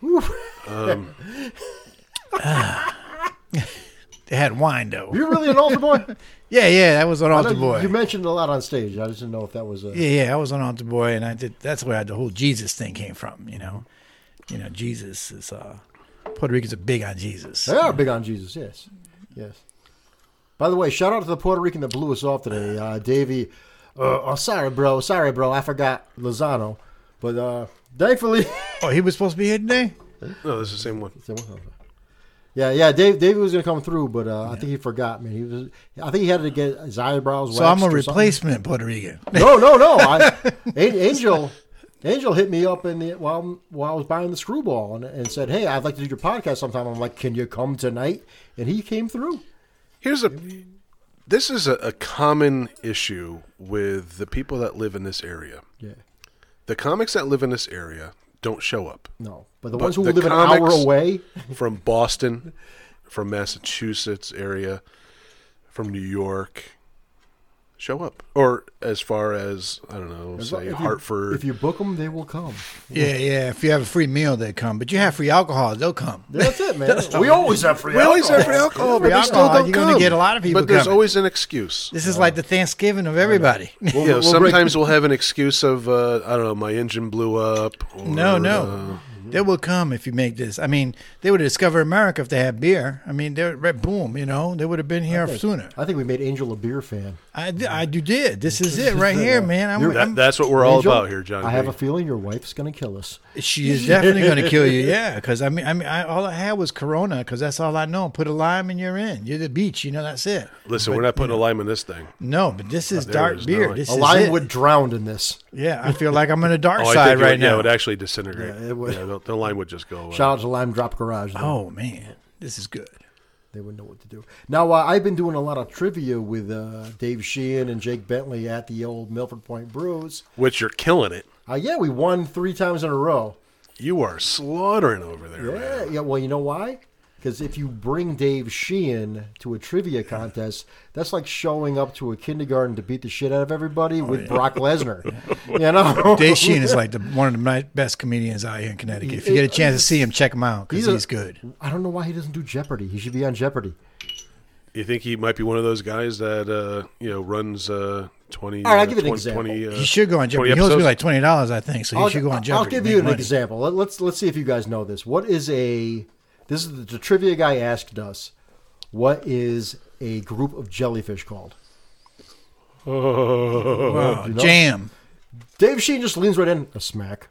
D: <laughs> They had wine though.
B: You're really an altar boy?
D: Yeah, yeah, I was an altar
B: You-
D: boy.
B: You mentioned it a lot on stage. I just didn't know if that was a.
D: yeah, yeah, I was an altar boy, and I did. That's where the whole Jesus thing came from. You know, you know, Jesus is uh, Puerto Ricans are big on Jesus.
B: They are big on Jesus, yes. Yes. By the way, shout out to the Puerto Rican that blew us off today, uh, Davey. Uh, oh, sorry, bro. Sorry, bro. I forgot Lozano. But uh, thankfully. <laughs>
D: Oh, he was supposed to be here today.
C: No, that's the same one.
B: yeah, yeah. Dave, Davey was going to come through, but uh, I think he forgot, man. He was. I think he had to get his eyebrows
D: So I'm
B: waxed
D: a
B: or something.
D: replacement Puerto Rican. <laughs>
B: No, no, no. I, An- Angel. Angel hit me up in the while I'm- while I was buying the screwball and, and said, "Hey, I'd like to do your podcast sometime." I'm like, "Can you come tonight?" And he came through.
C: Here's a this is a, a common issue with the people that live in this area.
B: Yeah.
C: The comics that live in this area don't show up
B: No, but the
C: But
B: ones who
C: the
B: live an
C: comics-
B: hour away,
C: <laughs> from Boston, from Massachusetts area, from New York. Show up, or as far as I don't know,
B: as long-
C: say
B: if you-
C: Hartford.
B: if you book them, they will come.
D: Yeah, yeah. If you have a free meal, they come. But you have free alcohol, they'll come.
B: That's it,
D: <laughs>
B: man. we always have free.
C: we always
B: alcohol.
C: have alcohol, but
D: Free
C: they still
D: alcohol,
C: don't
D: you're
C: come.
D: gonna get a lot of people
C: but there's
D: coming.
C: always an
D: <laughs>
C: excuse.
D: This is like the Thanksgiving of everybody.
B: We'll-
C: you know,
B: we'll break-
C: sometimes we'll have an excuse of uh, I don't know, my engine blew up. Or,
D: <laughs> no,
C: uh,
D: no. They will come if you make this. I mean, they would have discovered America if they had beer. I mean, they would boom, you know, they would have been here sooner.
B: I think we made Angel a beer fan.
D: I, I, you did. This is
C: <laughs>
D: it right here, man. I'm,
C: that,
D: I'm,
C: that's what we're all
B: Angel,
C: about here, Johnny.
B: I have
C: B.
B: a feeling your wife's going to kill us.
D: she is definitely going to kill you. Yeah, because I mean, I mean, I, all I had was Corona because that's all I know. Put a lime and you're in. You're the beach. You know, that's it.
C: Listen, we're not putting a lime in this thing.
D: No, but this is
C: Oh, there
D: dark
C: is no-
D: beer. this
B: A
D: is
B: lion
D: it.
B: would drown in this.
D: Yeah, I feel like I'm on the dark
C: Oh, I
D: side
C: think it
D: right
C: would- yeah,
D: now.
C: it would actually disintegrate.
B: Yeah,
C: Yeah,
B: it would.
C: the, the lime would just go away.
B: Shout out to Lime Drop Garage. though.
D: oh man, this is good.
B: They would know what to do. Now, uh, I've been doing a lot of trivia with uh, Dave Sheehan and Jake Bentley at the old Milford Point Brews.
C: Which you're killing it.
B: Uh, yeah, we won three times in a row.
C: You are slaughtering over there. man.
B: Yeah, yeah. Well, you know why? Because if you bring Dave Sheehan to a trivia contest, that's like showing up to a kindergarten to beat the shit out of everybody with Brock
D: <laughs>
B: Lesnar. You know,
D: Oh, Dave Sheen is like the, one of the ni- best comedians out here in Connecticut. If you get a chance to see him, check him out because
B: <laughs> He's a-
D: he's good.
B: I don't know why he doesn't do Jeopardy. He should be on Jeopardy.
C: You think he might be one of those guys that uh, you know runs uh, twenty?
B: All right, I'll
C: uh,
B: give you an
C: 20
B: example.
C: 20, uh,
D: He should go
C: 20
D: on Jeopardy. He owes me
C: episodes?
D: like twenty dollars, I think. So he should go on Jeopardy.
B: I'll give you an
D: make money.
B: example. Let, let's let's see if you guys know this. What is a this is the, the trivia guy asked us. What is a group of jellyfish called?
D: Wow, jam.
B: Dave Sheen just leans right in. A smack.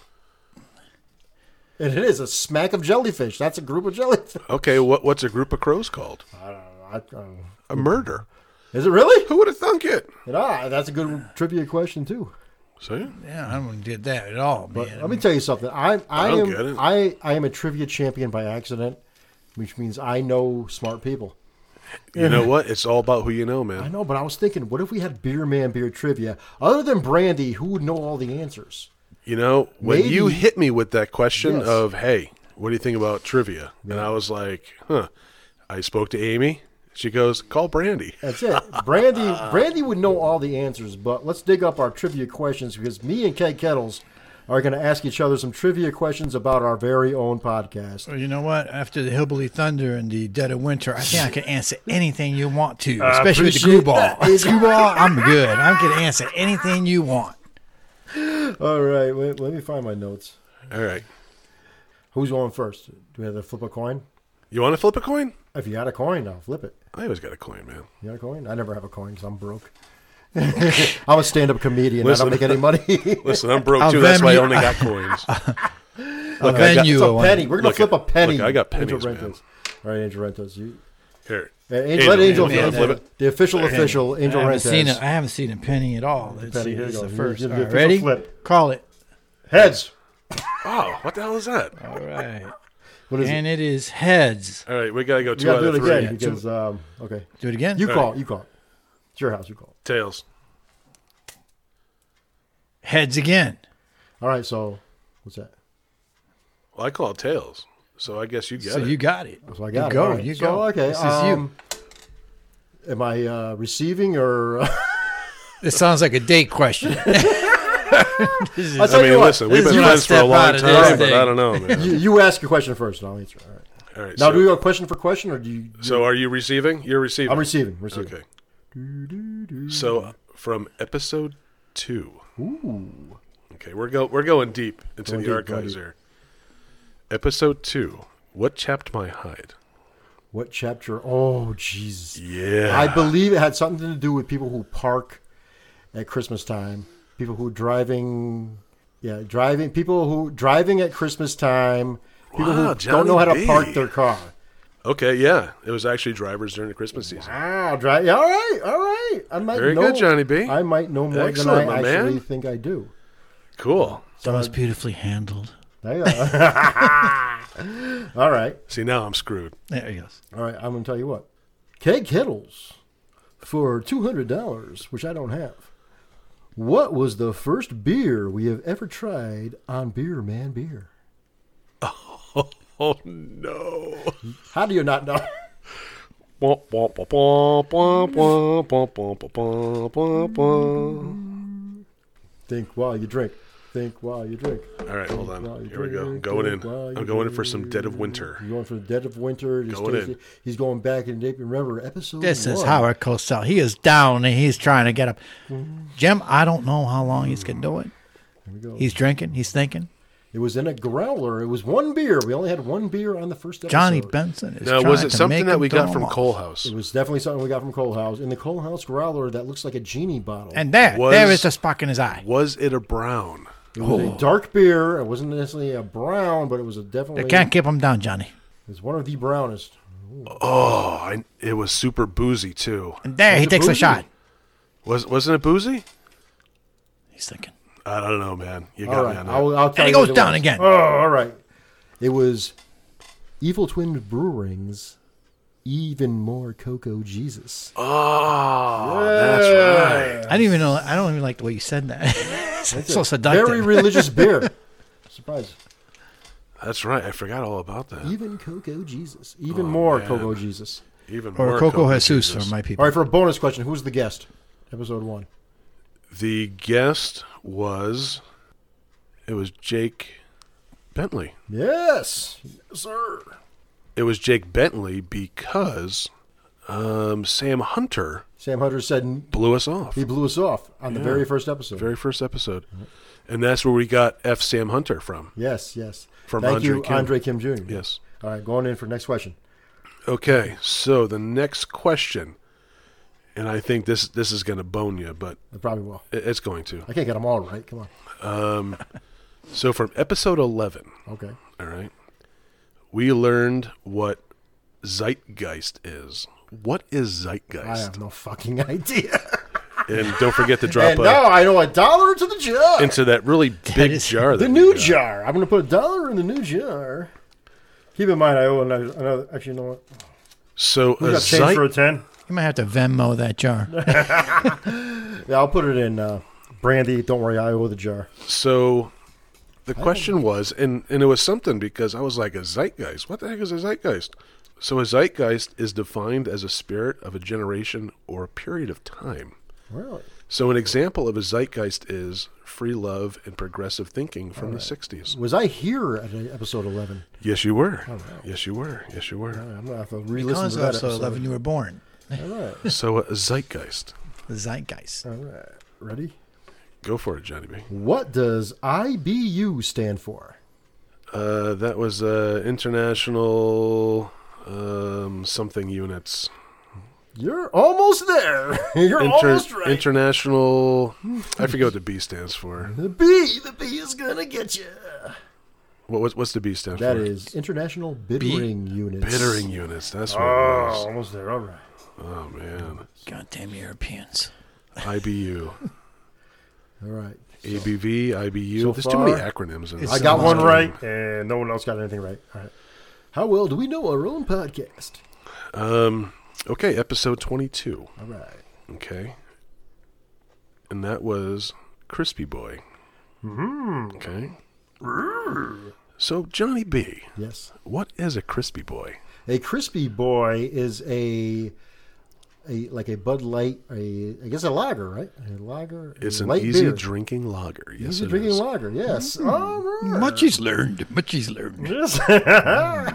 B: And it is a smack of jellyfish. That's a group of jellyfish.
C: Okay, what what's a group of crows called?
D: Uh,
B: I, um,
C: A murder.
B: is it really?
C: Who would have thunk it?
B: You know, I- that's a good trivia question too.
C: So yeah.
D: Yeah, I don't did that at all, man.
B: Let me tell you something. I I,
C: I don't get
B: am
C: it.
B: I, I am a trivia champion by accident, which means I know smart people.
C: you know what? It's all about who you know,
B: I
C: man.
B: know, but I was thinking, what if we had beer man beer trivia? Other than Brandy, who would know all the answers?
C: You know when
B: Maybe-
C: you hit me with that question
B: Yes.
C: of, "Hey, what do you think about trivia?" and I was like, "Huh." I spoke to Amy. She goes, "Call Brandy."
B: That's it. Brandy Brandy would know all the answers, but let's dig up our trivia questions because me and Kate Kettles are going to ask each other some trivia questions about our very own podcast.
D: Well, you know what? After the hillbilly thunder and the dead of winter, I think I can answer anything you want to, especially with the glue
B: appreciate <laughs>
D: <laughs> ball.
B: that.
D: Glue ball, I'm good. I can answer anything you want.
B: All right, wait, let me find my notes.
C: All right.
B: Who's going first? Do we have to flip a coin?
C: You want to flip a coin?
B: If you got a coin, I'll flip it.
C: I always got a coin, man.
B: You got a coin? I never have a coin because I'm broke. <laughs> I'm a stand-up comedian. I
C: Listen.
B: don't make any money.
C: Listen, I'm broke
D: I'll
C: too. That's why I
D: venue-
C: only
B: <laughs>
C: got coins.
D: Look,
C: I got-
D: venue.
B: It's a
D: one.
B: penny. We're gonna
C: Look
B: flip
C: at-
B: a penny.
C: look, I got
B: Angel
C: pennies, man.
B: Rentos. All right, Angel Rentos. You,
C: Here.
B: uh, Angel, let Angel
C: you wanna
B: flip it. The official, official
D: I
B: Angel
D: haven't seen
B: Rentos.
D: a, I haven't seen a penny at all. Let's
B: Penny,
D: see.
B: here
D: This
B: you
D: is
B: go.
D: the
B: Here's
D: first.
B: the
D: All right,
B: official
D: ready?
B: flip.
D: Call it.
B: Heads.
C: Wow, Oh, what the hell is that?
D: All right.
B: What is
D: and it is heads.
C: All right, we gotta go
B: it? You
C: two
B: gotta
C: out
B: do
C: of
B: it
C: three.
B: again because um, okay.
D: Do it again.
B: You call. it, You call. it. It's your house. You call. it.
C: Tails.
D: heads again.
B: All right. So what's that?
C: Well, I call it tails, so I guess you get
D: so
C: it.
D: you got it.
B: So I got
D: you go.
B: It. All right.
D: You
B: So,
D: go.
B: Okay.
D: This is you.
B: um, Am I uh, receiving or? uh,
D: This sounds like a
B: <laughs>
D: date question. This
B: I'll
D: is-
B: tell
C: I
B: you
C: mean,
B: what,
C: listen, we've
B: this
C: been
B: is-
D: You
C: friends for a
D: step
C: long
D: out of this
C: time, but
D: thing.
C: I don't know, man.
B: you, you ask a question first, and I'll answer. All right.
C: All right,
B: Now,
C: so,
B: do we go question for question, or do you?
C: so are you receiving? You're receiving.
B: I'm receiving. Receiving.
C: Okay. So from episode two. Ooh. Okay, we're go we're going deep into
B: Going
C: the
B: deep, going
C: archives
B: deep.
C: here. Episode two. What chapped my hide?
B: What chapter? Oh, Jesus.
C: Yeah.
B: I believe it had something to do with people who park at Christmas time, people who driving, yeah, driving, people who driving at Christmas time, people
C: Wow,
B: who don't know how to
C: Johnny B.
B: park their car.
C: Okay, yeah. It was actually drivers during the Christmas season.
B: Ah, drive. All right, all right. I might
C: Very
B: know,
C: good, Johnny B.
B: I might know more
C: Excellent,
B: than I
C: my
B: actually
C: man.
B: think I do.
C: Cool.
D: that was beautifully handled.
B: There you go. <laughs> all right,
C: See, now I'm screwed.
B: Oh,
D: There he goes.
B: all right. I'm gonna tell you what. Kay Kittles for $200, which I don't have. What was the first beer we have ever tried on Beer Man Beer?
C: Oh no!
B: How do you not know? <laughs>
C: All
B: Think while you drink. Think while you drink.
C: right, hold on. Here we go. I'm going in. I'm going in for some dead of winter.
B: You're going for the dead of winter. Just
C: Going
B: taste
C: in.
B: it. He's going back in the day. Remember, episode
D: This
B: one.
D: is Howard Cosell. He is down and he's trying to get up. Jim, I don't know how long he's going to do it.
B: Mm-hmm. Here we go.
D: He's drinking. He's thinking.
B: It was in a growler. It was one beer. We only had one beer on the first episode.
D: Johnny Benson is
C: Now,
D: trying
C: was it
D: to
C: something
D: make
C: that
D: him
C: we got
D: throw
C: from
D: him off.
C: Cole House?
B: It was definitely something we got from Cole House. In the Cole House growler that looks like a genie bottle.
D: And there,
C: Was-
D: there is a spark in his eye.
C: Was it a brown?
B: it was
C: Oh.
B: a dark beer. It wasn't necessarily a brown, but it was a
D: They
B: definitely.
D: can't keep him down, Johnny.
B: It's one of the brownest.
C: Oh, I, it was super boozy too.
D: And there, he
B: Was it
D: takes a
B: boozy?
D: shot.
C: Was wasn't it boozy?
D: He's thinking.
C: I don't know, man. You got
B: All
C: me
B: right,
C: on that.
B: I'll, I'll tell
D: And he
B: you what
D: goes
B: it
D: down
B: was.
D: again.
B: Oh, all right. It was Evil Twin Brewing's even more Cocoa Jesus.
C: oh, that's right.
D: I don't even know. I don't even like the way you said that. <laughs> It's so seductive.
B: Very religious
C: <laughs>
B: beer. Surprise.
C: That's right. I forgot all about that.
B: Even Cocoa Jesus. Even more
C: Oh, man.
B: Cocoa Jesus.
C: Even
D: or
C: more
D: Coco Jesus
C: Jesus.
D: for my
B: All
D: people.
B: right, for a bonus question, who's the guest? Episode one.
C: The guest was it was Jake Bentley.
B: Yes, sir.
C: It was Jake Bentley because um, Sam Hunter
B: Sam Hunter said n-
C: blew us off.
B: he blew us off on the very first episode.
C: Very first episode. And that's where we got F. Sam Hunter from.
B: yes, yes.
C: From
B: Thank
C: Andre
B: you,
C: Kim.
B: Andre Kim Jr.
C: Yes.
B: All right, going in for next question.
C: Okay, so the next question, and I think this this is going to bone you, but
B: I probably will.
C: it- it's going to.
B: I can't get them all right. Come on.
C: So from episode eleven,
B: Okay.
C: all right, we learned what zeitgeist is. What is
B: I
C: zeitgeist?
B: have no fucking <laughs> idea.
C: And don't
B: <laughs>
C: forget to drop
B: And
C: a,
B: now I know a dollar to the jar.
C: into that really big
D: is-
C: jar.
B: the
C: that
B: new
C: we got.
B: jar. I'm going to put a dollar in the new jar. Keep in mind, I owe another. another actually, you know what?
C: So
B: We
C: a
B: got change
C: zeit,
B: for a ten.
D: You might have to Venmo that jar.
B: Yeah, I'll put it in uh, brandy. Don't worry, I owe the jar.
C: so the question was, and and it was something because I was like a zeitgeist. What the heck is a zeitgeist? So a zeitgeist is defined as a spirit of a generation or a period of time.
B: Really?
C: So an example of a zeitgeist is free love and progressive thinking from the '60s.
B: Was I here at uh, episode 11?
C: Yes, you were. Yes, you were. Yes, you were.
B: I'm gonna have to re-listen
D: Because
B: to
D: of
B: that
D: episode
B: episode.
D: 11, you were born.
B: All right,
C: So a zeitgeist.
D: The Zeitgeist.
B: all right, ready?
C: Go for it, Johnny B.
B: What does IBU stand for?
C: Uh, that was uh, international um, something units.
B: You're almost there. <laughs> You're
C: Inter-
B: almost right.
C: International. hmm, I forget what the B stands for.
B: the B, the B is gonna get you.
C: What, what's, what's the B stand
B: That
C: for?
B: is International Bittering Units.
C: bittering units. That's what
B: Oh,
C: it was.
B: almost there. All right.
C: Oh man,
D: Goddamn Europeans.
B: <laughs>
C: IBU,
B: All right.
C: ABV, IBU.
B: So
C: There's too many
B: far,
C: acronyms in this.
D: it's
B: I got
D: So
B: one
D: much.
B: right, and no one else got anything right. All right. How well do we know our own podcast?
C: Um. Okay, episode 22.
B: All right.
C: Okay. And that was Crispy Boy. Mm-hmm. Okay. So, Johnny B,
B: Yes.
C: what is a Crispy Boy?
B: A crispy boy is a a like a Bud Light, a I guess a lager, right? A lager.
C: It's
B: a
C: an
B: light
C: easy
B: beer.
C: drinking lager. Yes,
B: Easy
C: it
B: drinking
C: is.
B: lager. Yes. All right.
D: Much he's learned. Much he's learned.
B: Yes.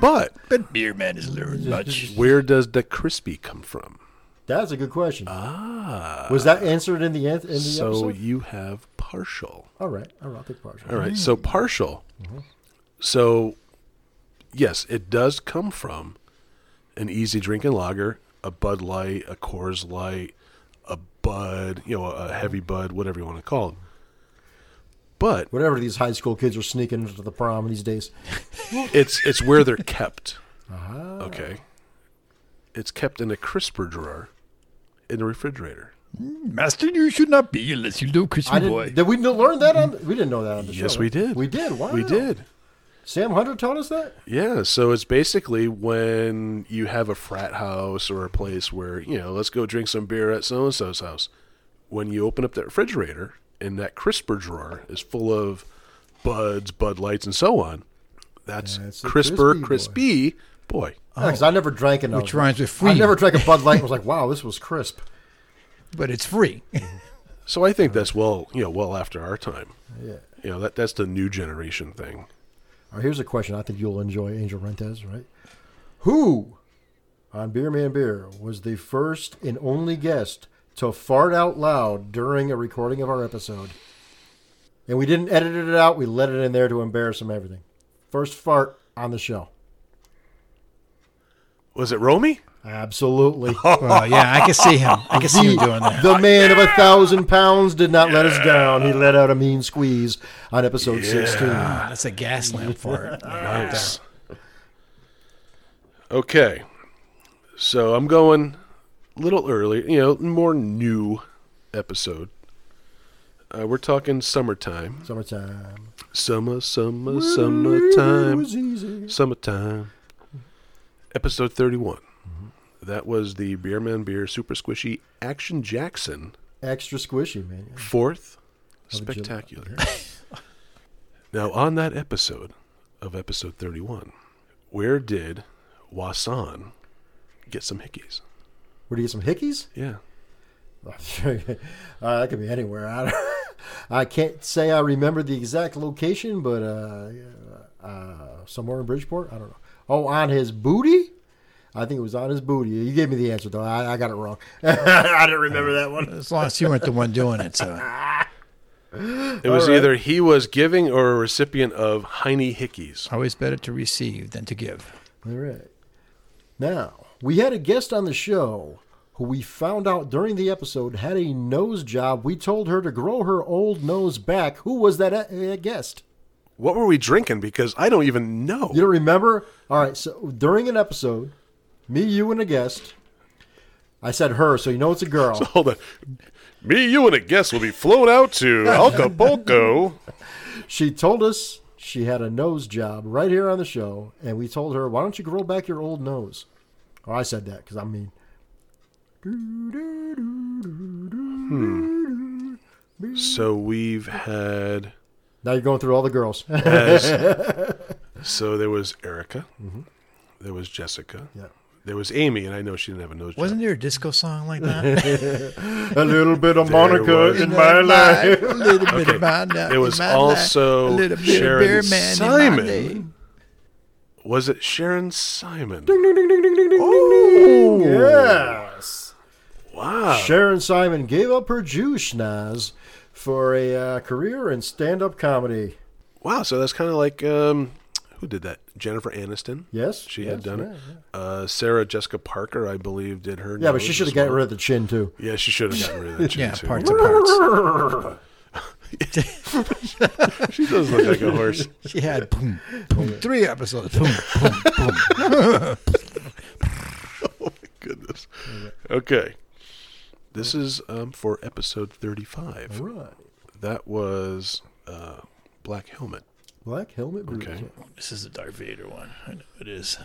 C: But
D: But Beer Man has learned much.
C: where does the crispy come from? Ah,
B: That's a good question. Was that answered in the anth- in the
C: Uh, So
B: episode?
C: you have partial.
B: All right. All right. I'll take partial.
C: All right, So
B: Mm.
C: partial.
B: Mm-hmm.
C: So, yes, it does come from an easy drinking lager, a Bud Light, a Coors Light, a Bud, you know, a heavy Bud, whatever you want to call it. But
B: Whatever these high school kids are sneaking into the prom these days.
C: it's it's where
B: <laughs>
C: they're kept.
B: Ah.
C: Okay. It's kept in a crisper drawer in the refrigerator.
D: Master, you should not be unless you know Christian
B: I didn't, did we n- learn that on? We didn't know that on the show.
C: Yes, we
B: right?
C: did.
B: We did. Wow.
C: We did.
B: Sam Hunter taught us that.
C: Yeah, so it's basically when you have a frat house or a place where, you know, let's go drink some beer at so and so's house. When you open up that refrigerator and that crisper drawer is full of buds, bud lights, and so on, that's
B: That's a
C: crisper,
B: crispy
C: crispy boy.
B: Because I never drank enough.
D: Which rhymes with
B: I
D: free.
B: never drank a Bud Light. and was like, wow, this was crisp.
D: but it's free.
C: So I think that's well, you know, well after our time.
B: Yeah.
C: You know, that that's the new generation thing.
B: All right, here's a question I think you'll enjoy, Angel Rentes, right? Who on Beer Man Beer was the first and only guest to fart out loud during a recording of our episode? And we didn't edit it out, we let it in there to embarrass him and everything. First fart on the show.
C: Was it Romy?
B: Absolutely.
D: well, Oh, yeah, I can see him. I can see him doing that.
B: the man of a thousand pounds did not let us down. He let out a mean squeeze on episode 16.
D: Ah, That's a gas lamp fart.
C: Nice. Okay. So I'm going a little early, you know, more new episode. Uh, we're talking summertime.
B: Summertime.
C: Summer, summer,
B: It
C: summertime.
B: was easy.
C: Summertime. Episode 31. That was the Beerman Beer Super Squishy Action Jackson
B: Extra squishy, man.
C: Fourth
B: Of a Jim-
C: spectacular. <laughs> now, on that episode of episode 31, where did Wasan get some hickeys?
B: Where do you get some hickeys?
C: Yeah.
B: <laughs> uh, that could be anywhere. I, don't, <laughs> I can't say I remember the exact location, but uh, uh, somewhere in Bridgeport. I don't know. Oh, on his booty? I think it was on his booty. You gave me the answer, though. I, I got it wrong. <laughs> I didn't remember that one.
D: As long as you weren't the one doing it, so
C: It was either he was giving or a recipient of Heine Hickeys.
D: always better to receive than to give.
B: <laughs> All right. Now, we had a guest on the show who we found out during the episode had a nose job. We told her to grow her old nose back. Who was that uh, guest?
C: What were we drinking? Because I don't even know.
B: You don't remember? All right. So during an episode, me, you, and a guest. I said her, so you know it's a girl.
C: <laughs> Hold on. Me, you, and a guest will be flown out to Acapulco.
B: She told us she had a nose job right here on the show, and we told her, "Why don't you grow back your old nose?" Or I said that because I mean,
C: so we've had.
B: now you're going through all the girls. <laughs> yeah,
C: as- so there was Erica. There was Jessica. There was Amy, and I know she didn't have a nose job.
D: Wasn't there a disco song like that?
B: a little bit of
C: Monica was- in
D: my life, a little bit
C: Okay.
D: of my life.
C: It was
D: in my life,
C: also
D: a little bit
C: Sharon
D: of beer man In my
C: Simon.
D: day.
C: Was it Sharon Simon? Oh!
B: Yes.
C: Wow.
B: Sharon Simon gave up her Jew schnoz for a uh, career in stand-up comedy.
C: Wow. So that's kind of like um, who did that? Jennifer Aniston.
B: Yes,
C: she
B: yes,
C: had done
B: yeah,
C: it. Uh, Sarah Jessica Parker, I believe, did her.
B: Yeah, but
C: nose
B: she should
C: as
B: have gotten
C: well.
B: rid of the chin too.
C: Yeah, she should have gotten
B: <laughs>
C: rid of that. chin,
D: Yeah,
C: too.
D: parts and parts.
C: <laughs>
D: <laughs>
C: She does
B: <laughs>
C: look like a horse.
D: She had boom, boom, three episodes. Boom, boom, <laughs> boom.
B: Oh
C: Goodness. <laughs> Okay. This is um, for episode thirty-five.
B: Right.
C: That was uh, Black Helmet.
B: Black Helmet Brews.
C: Okay.
D: This is a Darth Vader one. I know it is.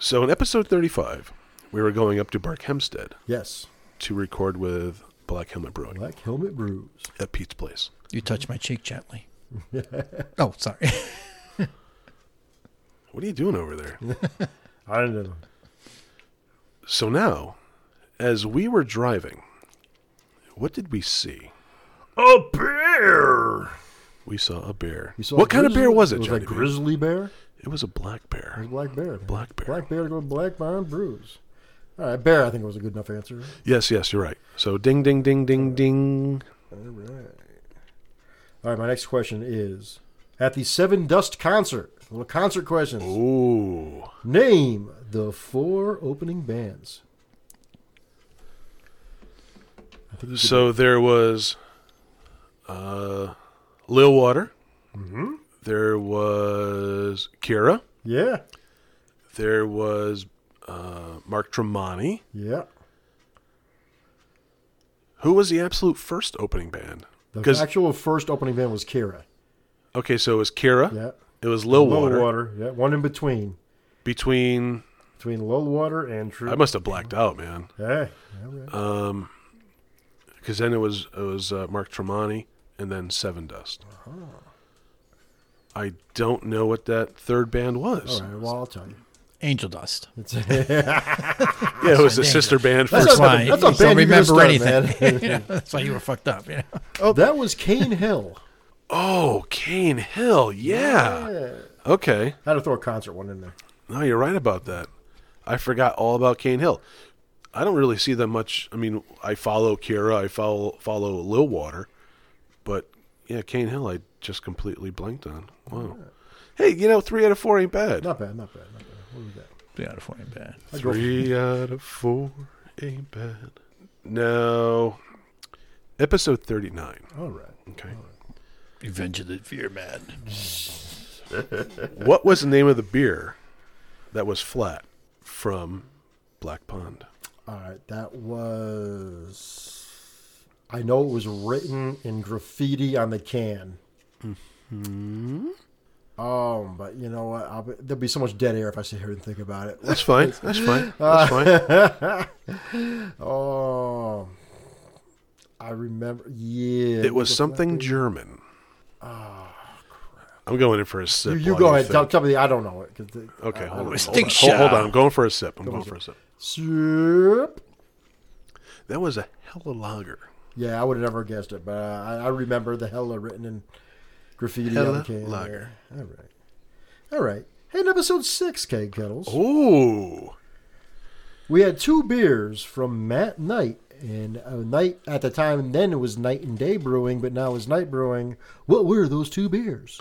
C: So in episode thirty-five, we were going up to Bark Hempstead
B: Yes.
C: to record with Black Helmet Brewing
B: Black Helmet Brews.
C: at Pete's place.
D: You touch my
C: <laughs>
D: cheek gently. oh, sorry. <laughs>
C: What are you doing
B: <laughs>
C: over there?
B: I don't know.
C: so now, as we were driving, what did we see?
B: A bear.
C: We saw a bear.
B: You saw
C: what
B: a
C: kind of
B: grizzly-
C: bear was it,
B: It was
C: Johnny?
B: a grizzly bear.
C: it was a black
B: It
C: bear.
B: was a black bear.
C: Black bear.
B: Black bear to go to black barn brews. All right, bear. I think was a good enough answer.
C: Yes, yes, you're right. So ding, ding, ding, ding, ding.
B: All right. All right. My next question is: At the Seven Dust concert, little concert questions.
C: Oh. Ooh.
B: Name the four opening bands.
C: So there was uh, Lil Water.
B: Mm-hmm.
C: There was Kira.
B: Yeah.
C: There was uh, Mark Tremonti.
B: Yeah.
C: Who was the absolute first opening band?
B: The
C: Because
B: actual first opening band was Kira.
C: Okay, so it was Kira.
B: Yeah.
C: It was Low
B: Low
C: Water,
B: water. Yeah. One in between.
C: between.
B: Between low water and true.
C: I must have blacked out, man,
B: Hey. all right.
C: because then it was it was uh, Mark Tremonti and then Seven Dust.
B: Uh-huh.
C: I don't know what that third band was.
B: all right. Well, I'll tell you.
D: Angel Dust.
B: It's,
C: Yeah, it was a
D: Dang.
C: sister band. For,
B: That's
D: That's
B: not
D: why
B: the- that's
D: you
B: not bad
D: don't
B: you
D: remember
B: could've started,
C: <laughs>
D: <laughs> anything. You know, that's why you were fucked up. You know?
B: oh, that was Cane Hill.
C: oh, Kane Hill. Yeah. Okay.
B: I had to throw a concert one in there.
C: No, you're right about that. I forgot all about Kane Hill. I don't really see that much. I mean, I follow Kira. I follow follow Lil Water, but yeah, Kane Hill. I just completely blanked on. Wow. Hey, you know, three out of four ain't bad.
B: Not bad. Not bad. Not bad. What was that?
D: Three out of four ain't bad.
C: Three out of four ain't bad. No. Episode 39.
B: All right.
C: Okay.
D: Revenge of the Fear Man.
C: What was the name of the beer that was flat from Black Pond?
B: All right, that was. I know it was written in graffiti on the can. Hmm. Um, but you know what? I'll be, there'll be so much dead air if I sit here and think about it.
C: That's fine. That's <laughs> fine. That's fine.
B: Oh, I remember. Yeah,
C: It <laughs> was something German. Ah, I'm going in for a sip.
B: You, you
C: while
B: go ahead.
C: think.
B: Tell, tell me. The, I don't know it. 'cause the-
C: Okay, hold on.
D: was
C: Hold on. Hold,
D: Stinkshot.
C: hold on. I'm going for a sip. I'm going for a sip.
B: Soup.
C: That was a hella lager.
B: Yeah, I would have never guessed it, but uh, I, I remember the hella written in graffiti on
C: Hella
B: the can.
C: lager.
B: yeah. All right. All right. Hey, in episode six, Keg Kettles,
C: Ooh.
B: we had two beers from Matt Knight. And uh, Night at the time, and then it was Night and Day Brewing, but now it's Night Brewing. What were those two beers?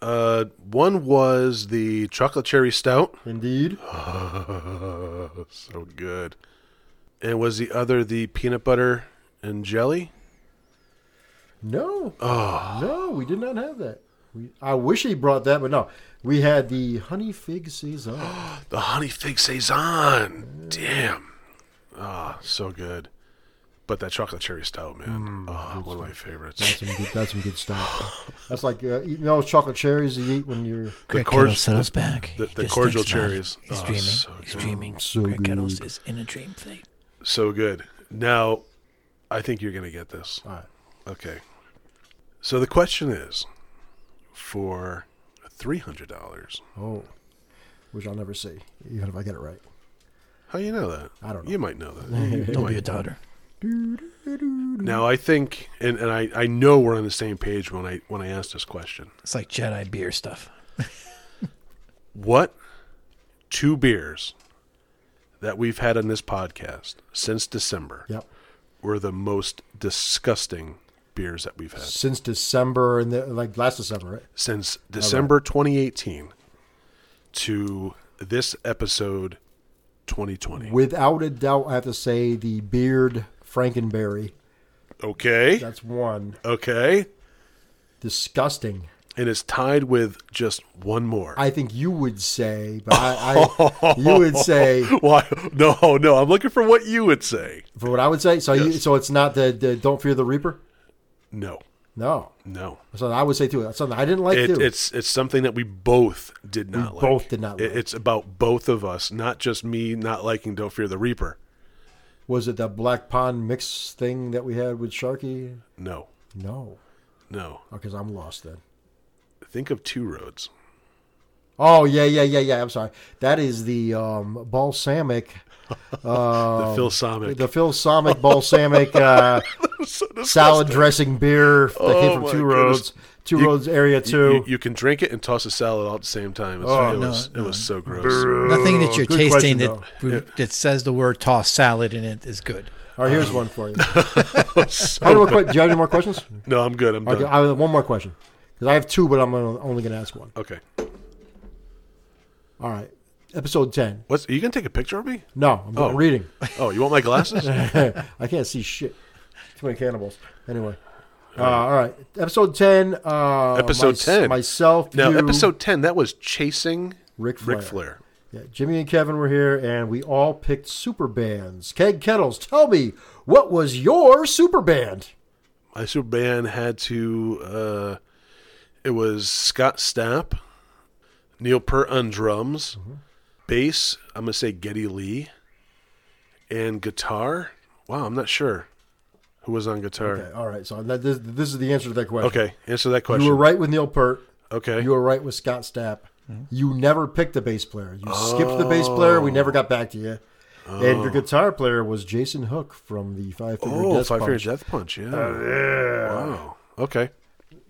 C: Uh, one was the chocolate cherry stout.
B: Indeed.
C: <laughs> so good. And was the other the peanut butter and jelly?
B: No. No, we did not have that. We, I wish he brought that, but no. We had the Honey Fig <gasps> Saison.
C: The honey fig saison. Damn. Ah, so good. But that chocolate cherry stout, man. Ah, one of my favorites.
B: Some good- Mm, that's some good stuff. That's like uh, eating those chocolate cherries you eat when you're
C: The
D: Greg
C: cordial-
D: Kettles settles back.
C: the-
D: He
C: the
D: just
C: cordial
D: thinks about it.
C: cherries.
D: He's
C: Oh,
D: dreaming.
C: so
D: He's
C: good.
D: dreaming.
B: So
D: Greg Kettles
B: good.
D: is in a dream state.
C: So good. Now, I think you're going to get this.
B: All right.
C: Okay. So the question is for $300.
B: Oh, which I'll never see, even if I get it right.
C: How you know that?
B: I don't know.
C: You might know that.
B: <laughs>
C: You- you
D: Don't
C: might.
D: be a daughter.
C: Now I think, and, and I, I know we're on the same page when I when I asked this question.
D: It's like Jedi beer stuff.
C: What two beers that we've had on this podcast since December
B: Yep.
C: were the most disgusting beers that we've had
B: Since December and the, like last December, right?
C: since December 2018 to this episode 2020.
B: Without a doubt, I have to say the Beard Frankenberry.
C: okay.
B: That's one.
C: Okay.
B: Disgusting.
C: And it's tied with just one more.
B: I think you would say, but I,
C: <laughs>
B: I you would say
C: Why? No, no. I'm looking for what you would say.
B: for what I would say. So you, so it's not the, the Don't Fear the Reaper.
C: No,
B: No,
C: no.
B: that's something I would say too. That's something I didn't like
C: It,
B: too.
C: it's it's something that we both did not like.
B: both did not
C: It-
B: like.
C: It's about both of us, not just me not liking Don't Fear the Reaper.
B: Was it that Black Pond mix thing that we had with Sharky?
C: No,
B: No,
C: no.
B: because I'm lost then.
C: Think of Two Roads.
B: Oh yeah, yeah, yeah, yeah. I'm sorry. That is the um, balsamic,
C: the Phil
B: Oh.
C: Samick.
B: the
C: <laughs> Oh,
B: balsamic balsamic uh, salad dressing beer that
C: Oh,
B: came
C: my
B: from Two Roads, Two Roads Area
C: you,
B: Two.
C: you- you can drink it and toss a salad all at the same time. It's,
B: Oh,
C: it,
D: no,
C: was, it was so gross.
D: Nothing
C: Oh,
D: that you're
B: good
D: tasting
B: question,
D: that, that says the word tossed salad in it is good.
B: All right, here's one
C: <laughs>
B: for you. I have more que- do you have any more questions?
C: No, I'm good. I'm
B: Okay,
C: done.
B: I have one more question because I have two, but I'm gonna- only going to ask one.
C: Okay.
B: All right, episode ten.
C: What's, are you going to take a picture of me?
B: No, I'm
C: Oh. <laughs>
B: reading. <laughs>
C: Oh, you want my glasses?
B: I can't see shit. Too many cannibals. Anyway. Uh, all right, episode ten. Uh,
C: Episode
B: mys-
C: 10.
B: Myself.
C: Now,
B: you,
C: episode 10, that was Chasing
B: Ric
C: Ric
B: Flair.
C: Flair.
B: Yeah, Jimmy and Kevin were here, and we all picked super bands. Keg Kettles, tell me, what was your super band?
C: My super band had to, uh, It was Scott Stapp, Neil Peart on drums, bass. I'm gonna say Getty Lee, and guitar. Wow, I'm not sure who was on guitar.
B: Okay,
C: Okay,
B: all right. So that, this, this is the answer to that question.
C: answer that question.
B: You were right with Neil Peart.
C: Okay, Mm-hmm.
B: You were right with Scott Stapp. You never picked a bass player. You skipped the bass player. We never got back to you. And your guitar player was Jason Hook from the Five Finger
C: oh,
B: Death
C: Five Finger
B: Punch.
C: Death Punch. Yeah. Wow. Okay.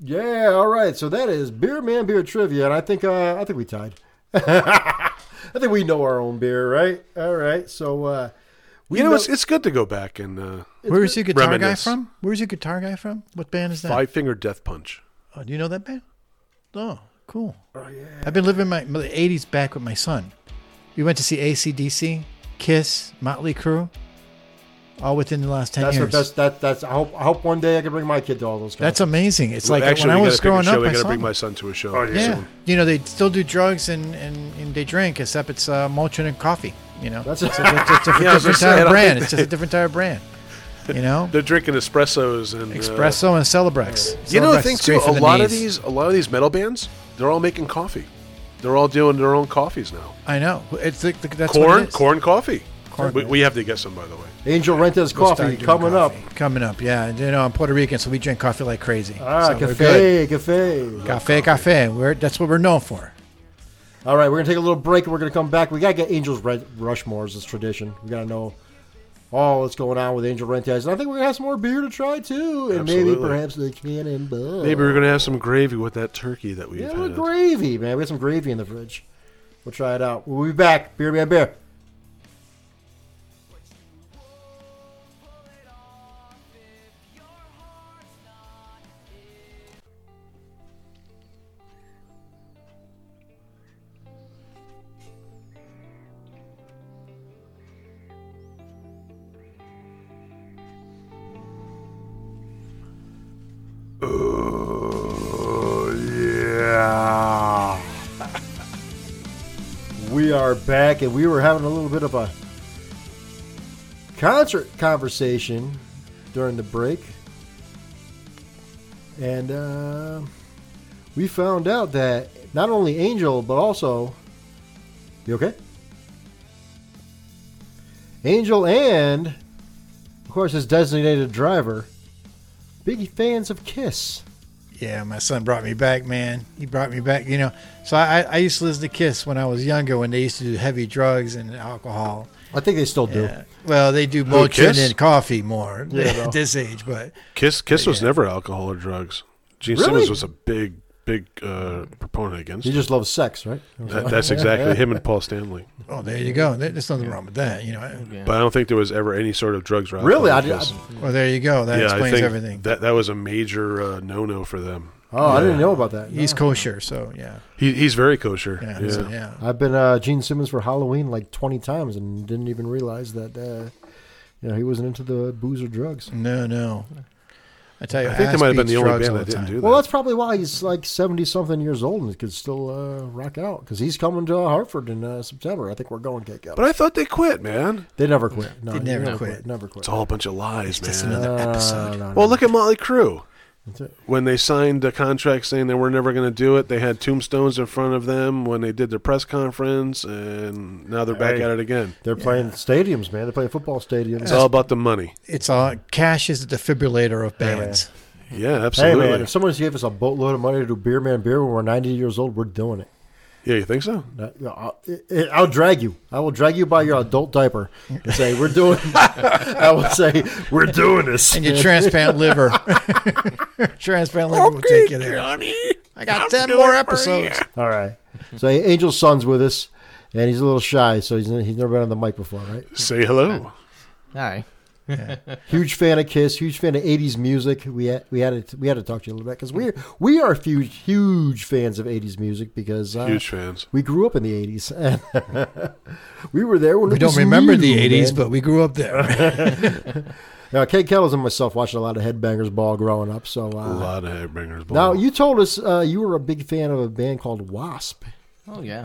B: Yeah, all right. So that is beer man beer trivia, and I think uh, I think we tied. <laughs> I think we know our own beer, right? All right. So uh, we
C: You know,
B: know-
C: it's, it's good to go back and uh,
D: Where's your guitar
C: Reminisce.
D: guy from? Where's your guitar guy from? What band is that?
C: Five Finger Death Punch.
D: Oh, do you know that band? Oh, cool. I've been living my, my 80s back with my son. We went to see ACDC, Kiss, Motley Crue, all within the last 10
B: that's the
D: years.
B: best. That that's. I hope I hope one day I can bring my kid to all those.
D: That's
B: concerts.
D: amazing. It's like
C: Actually,
D: when I
C: we
D: was
C: gotta pick a
D: growing
C: show.
D: up,
C: we
D: I
C: gotta
D: saw
C: bring
D: them.
C: my son to a show.
D: Yeah. You know, they still do drugs and, and, and they drink, except it's uh, Motrin and coffee. You know,
B: That's-
D: it's, a,
C: <laughs>
D: it's a different,
C: Yeah, I was gonna
D: different
C: say, I
D: type of
C: don't
D: brand.
C: think
D: It's just a different type of brand.
C: <laughs>
D: You know,
C: They're drinking espressos and uh,
D: espresso and Celebrex.
C: you know
D: Celebrex
C: the thing
D: is great
C: too.
D: for
C: A
D: the
C: lot of
D: knees.
C: these, a lot of these metal bands, they're all making coffee. They're all doing their own coffees now.
D: I know. It's like that's what
C: Corn,
D: it is.
C: corn coffee.
D: Corn.
C: We, we have to get some, by the way.
B: Angel Rentes
D: Let's
B: Coffee
D: start doing
B: coming
D: coffee.
B: up.
D: Coming up, yeah. You know, I'm Puerto Rican, so we drink coffee like crazy.
B: Ah,
D: so we're good.
B: cafe, cafe.
D: Cafe, cafe. We're, that's what we're known for.
B: All right, we're gonna take a little break. and We're gonna come back. We gotta get Angel's Red Rushmores. It's tradition. We gotta know all that's going on with Angel Rentes, and I think we're gonna have some more beer to try too, and maybe
C: Absolutely.
B: perhaps the Cannon Bud.
C: Maybe we're gonna have some gravy with that turkey that we've
B: Yeah,
C: had.
B: gravy, man. We got some gravy in the fridge. We'll try it out. We'll be back. Beer, man, beer. Oh, We are back, and we were having a little bit of a concert conversation during the break, and uh, we found out that not only Angel, but also you okay? Angel and, of course, his designated driver, big fans of Kiss.
D: Yeah, my son brought me back, man. He brought me back, you know. So I, I used to listen to Kiss when I was younger, when they used to do heavy drugs and alcohol.
B: I think they still do.
D: Yeah. Well, they do Motrin
C: Kiss?
D: and coffee
C: <laughs>
D: more
B: Yeah, though.
D: at this age, but
C: Kiss, Kiss was never alcohol or drugs. Gene
B: Really?
C: Simmons was a big, big uh, proponent against.
B: He
C: it.
B: just loves sex, right?
C: That, that's exactly him and Paul <laughs> Stanley.
D: oh, there you go. There- There's nothing wrong with that, you know.
C: But I don't think there was ever any sort of drugs. Or
B: Really? I,
C: alcohol
B: did, I,
C: in Kiss.
D: Well, there you go. That
C: yeah, I
D: explains
C: think
D: everything.
C: That that was a major uh, no-no for them.
B: <laughs> oh, I didn't know about that.
D: He's kosher, so yeah,
C: He, he's very kosher.
D: yeah,
C: Oh. Yeah.
D: so, yeah.
B: I've been uh, Gene Simmons for Halloween like 20 times and didn't even realize that uh, you know, he wasn't into the booze or drugs.
D: No, no. I tell you,
C: I think they
D: ass
C: might have been
D: beats
C: the only
D: drugs
C: band
D: all
C: that
D: the
C: didn't
D: time.
C: do that.
B: Well, that's probably why he's like 70 something years old and could still uh, rock out because he's coming to Hartford in uh, September. I think we're going kick out.
C: but I thought they quit, man.
B: They never quit. No,
D: They never quit.
B: Never quit.
C: It's all a bunch of lies,
D: Just
C: man.
D: another
B: No,
D: episode.
B: no, no.
C: Well, look at Motley Crue.
B: That's it.
C: When they signed the contract saying they were never going to do it, they had tombstones in front of them when they did their press conference, and now they're back
B: Hey.
C: at it again.
B: They're playing stadiums, man. They're playing football stadiums.
C: It's all about the money.
D: It's all cash is the defibrillator of
C: <laughs>
D: bands.
C: Yeah,
B: Hey
C: absolutely.
B: man, if someone gave us a boatload of money to do beer man beer when we're 90 years old, we're doing it.
C: yeah, you think so?
B: Uh, you know, I'll, I- I'll drag you. I will drag you by your adult diaper and say we're doing. <laughs> I will say we're doing this.
D: and your
C: <laughs>
D: transplant liver. transplant liver will take you there. I got 10 more episodes.
B: All right. So Angel's son's with us, and he's a little shy, so he's he's never been on the mic before, right?
C: Say hello.
E: Hi.
B: Huge fan of Kiss, huge fan of '80s music. We had we had to we had to talk to you a little bit because we we are huge huge fans of '80s music because uh,
C: Huge fans.
B: we grew up in the '80s. <laughs> we were there when
D: We
B: it
D: don't
B: was
D: remember
B: new,
D: the 80s,
B: man.
D: but we grew
C: <laughs>
D: up there.
B: Now, Kate Kettles and myself watched a lot of Headbangers Ball growing up. So
C: A
B: uh,
C: lot of headbangers.
B: now
C: Now
B: you told us uh, you were a big fan of a band called Wasp.
E: Oh yeah.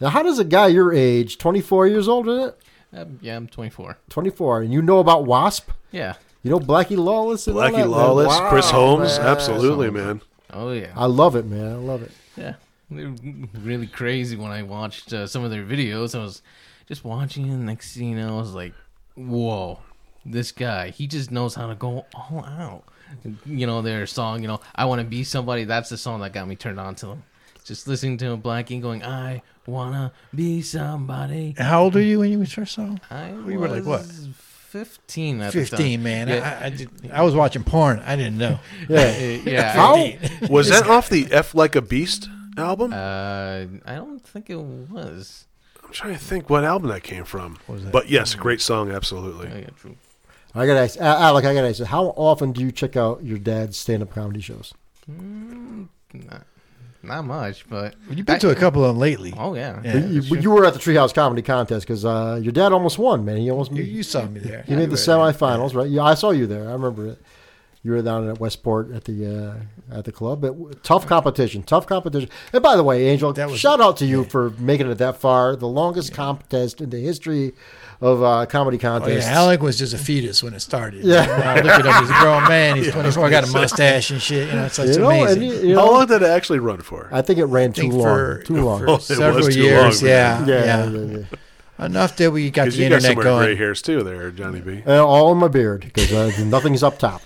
B: Now, how does a guy your age, 24 years old, is it?
E: Um, yeah, I'm 24.
B: 24, and you know about Wasp?
E: Yeah.
B: You know Blackie Lawless and all
C: Blackie
B: that?
C: Lawless,
B: Wow,
C: Chris Holmes.
B: man.
C: Absolutely, man.
E: Oh yeah.
B: I love it, man. I love it.
E: Yeah, they were really crazy when I watched uh, some of their videos. I was just watching, and next thing you know, I was like, "Whoa, this guy! He just knows how to go all out." You know their song. You know, I want to be somebody. That's the song that got me turned on to them. Just listening to Blackie going, "I wanna be somebody."
D: How old are you when you first saw? him?
E: I
D: you were like, what?
E: was Fifteen at
D: Fifteen, man.
E: Yeah.
D: I, I, did, I was watching porn. I didn't know.
E: the
B: <laughs> Yeah.
E: time. Uh, yeah.
B: How?
D: <laughs>
C: Was that off the F Like a Beast album?
E: Uh, I don't think it was.
C: I'm trying to think what album that came from.
D: was that?
C: But yes, great song, absolutely.
E: Oh, yeah, true.
B: I gotta ask, Al- Alec. I gotta ask. you, How often do you check out your dad's stand-up comedy shows?
E: Not, not much, but
D: You've been to a couple of them lately.
E: Oh yeah.
D: Yeah.
B: But you,
D: that's
B: but
D: true.
B: you were at the Treehouse Comedy Contest because uh, your dad almost won, man. He almost
D: You, you saw me there.
B: he made the semifinals, right? Yeah, I saw you there. I remember it. You were down at Westport at the uh, at the club. But tough competition, tough competition. And by the way, Angel,
D: That was-
B: shout out to you for making it that far. The longest contest in the history of uh, comedy
D: Oh, yeah,
B: contests.
D: Alec was just a fetus when it started.
B: Yeah.
D: Now look at him; he's a grown
B: <laughs>
D: man. He's 24, got a mustache and shit. You know, it's, it's
B: you know, and
D: amazing. Oh,
B: you, you
C: How
B: know,
C: long did it actually run for?
B: I think it ran too
D: think
B: long.
D: for-
B: too long.
D: for
C: Oh, <laughs> it
D: several
C: was too
D: years.
C: long,
D: yeah,
B: <laughs>
C: man.
B: yeah,
D: yeah,
B: yeah, yeah.
D: Enough that we got
C: Because
D: the
C: you got
D: internet
C: some more gray
D: going.
C: hairs too, there, Johnny B.
D: <laughs>
B: Uh, all in my beard because uh, nothing's up top.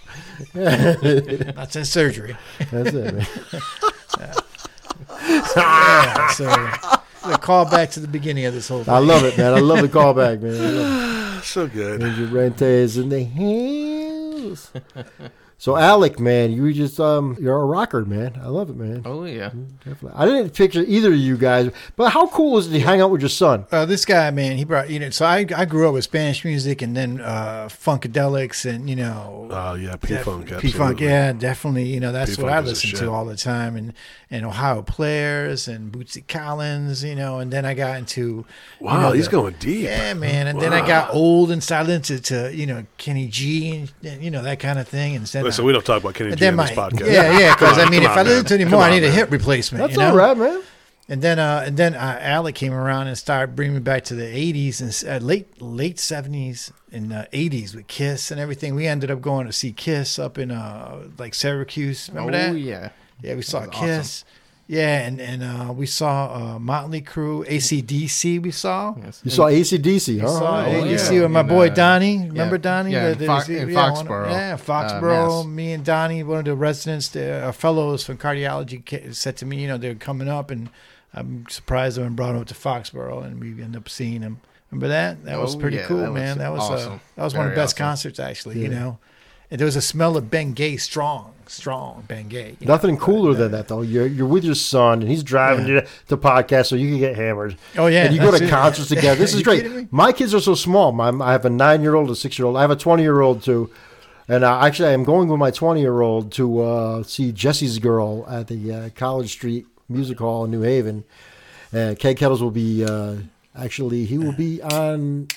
D: Not since surgery.
B: That's it. Man.
D: yeah, so
B: <laughs>
D: the call back to the beginning of this whole. Thing.
B: I love it, man. I love the callback, man. I love it.
C: So good.
B: Andrew Rente is in the house. So Alec, man, you just um, you're a rocker, man. I love it, man.
E: Oh yeah.
B: Definitely. I didn't picture either of you guys, but how cool is it to hang out with your son?
D: Uh, this guy, man, he brought you know. So I, I grew up with Spanish music and then uh, funkadelics and you know
C: Oh, yeah, P Funk.
D: P Funk, yeah, definitely. You know, that's what
C: P-Funk
D: I
C: is the
D: listen
C: shit.
D: to all the time, and and Ohio Players and Bootsy Collins, you know, and then I got into you
C: Wow,
D: know,
C: he's
D: the-
C: going deep.
D: yeah, man, and then I got old and silent to, to you know Kenny G and, and you know that kind of thing, and then
C: Listen,
D: I,
C: we don't talk about Kenny
D: and
C: G
D: then
C: on this
D: my-
C: podcast.
D: yeah, yeah, because
C: Come
D: I mean,
C: on,
D: if
C: come
D: I
C: on,
D: listen
C: man.
D: to it
C: Come
D: anymore, I
C: on,
D: need a
C: man.
D: hip replacement.
B: That's
D: you know?
B: all right, man.
D: And then uh, and then uh, Alec came around and started bringing me back to the '80s and s- uh, late late '70s and uh, '80s with Kiss and everything. We ended up going to see Kiss up in uh, like Syracuse. Remember
E: oh
D: that?
E: yeah.
D: Yeah, we saw
E: That was awesome.
D: Kiss. Yeah, and and uh, we saw uh, Motley Crue, ACDC. We saw.
E: Yes.
B: You saw ACDC, huh?
D: We saw
E: Oh,
B: yeah.
D: ACDC
E: yeah.
D: with my
E: And,
D: boy
E: uh,
D: Donnie. Remember
E: yeah.
D: Donnie?
E: Yeah,
D: The-
E: in
D: the-
E: Fox-
D: yeah,
E: in
D: one-
E: Foxborough,
D: Yeah,
E: uh,
D: Foxborough.
E: Mass.
D: me and Donnie, one of the residents, the uh, fellows from cardiology, ca- said to me, you know, they're coming up, and I'm surprised they were brought up to Foxborough, and we end up seeing them. Remember that? That was
E: Oh,
D: pretty
E: yeah,
D: cool,
E: that was
D: man. That was uh,
E: awesome.
D: that was one of the
E: Very
D: best
E: awesome.
D: concerts, actually. You know, and there was a smell of Bengay, strong, strong Bengay. you know?
B: Nothing cooler than that, though. You're you're with your son, and he's driving you
D: Yeah.
B: to podcasts, so you can get hammered.
D: Oh, yeah,
B: and you go
D: that's
B: to
D: it.
B: concerts together.
D: <laughs>
B: This is
D: You kidding me?
B: great. My kids are so small. My, I have a nine year old, a six year old. I have a twenty year old too, and uh, actually, I am going with my twenty year old to uh, see Jesse's Girl at the uh, College Street Music Hall in New Haven. Uh, Keg Kettles will be uh, actually he will be on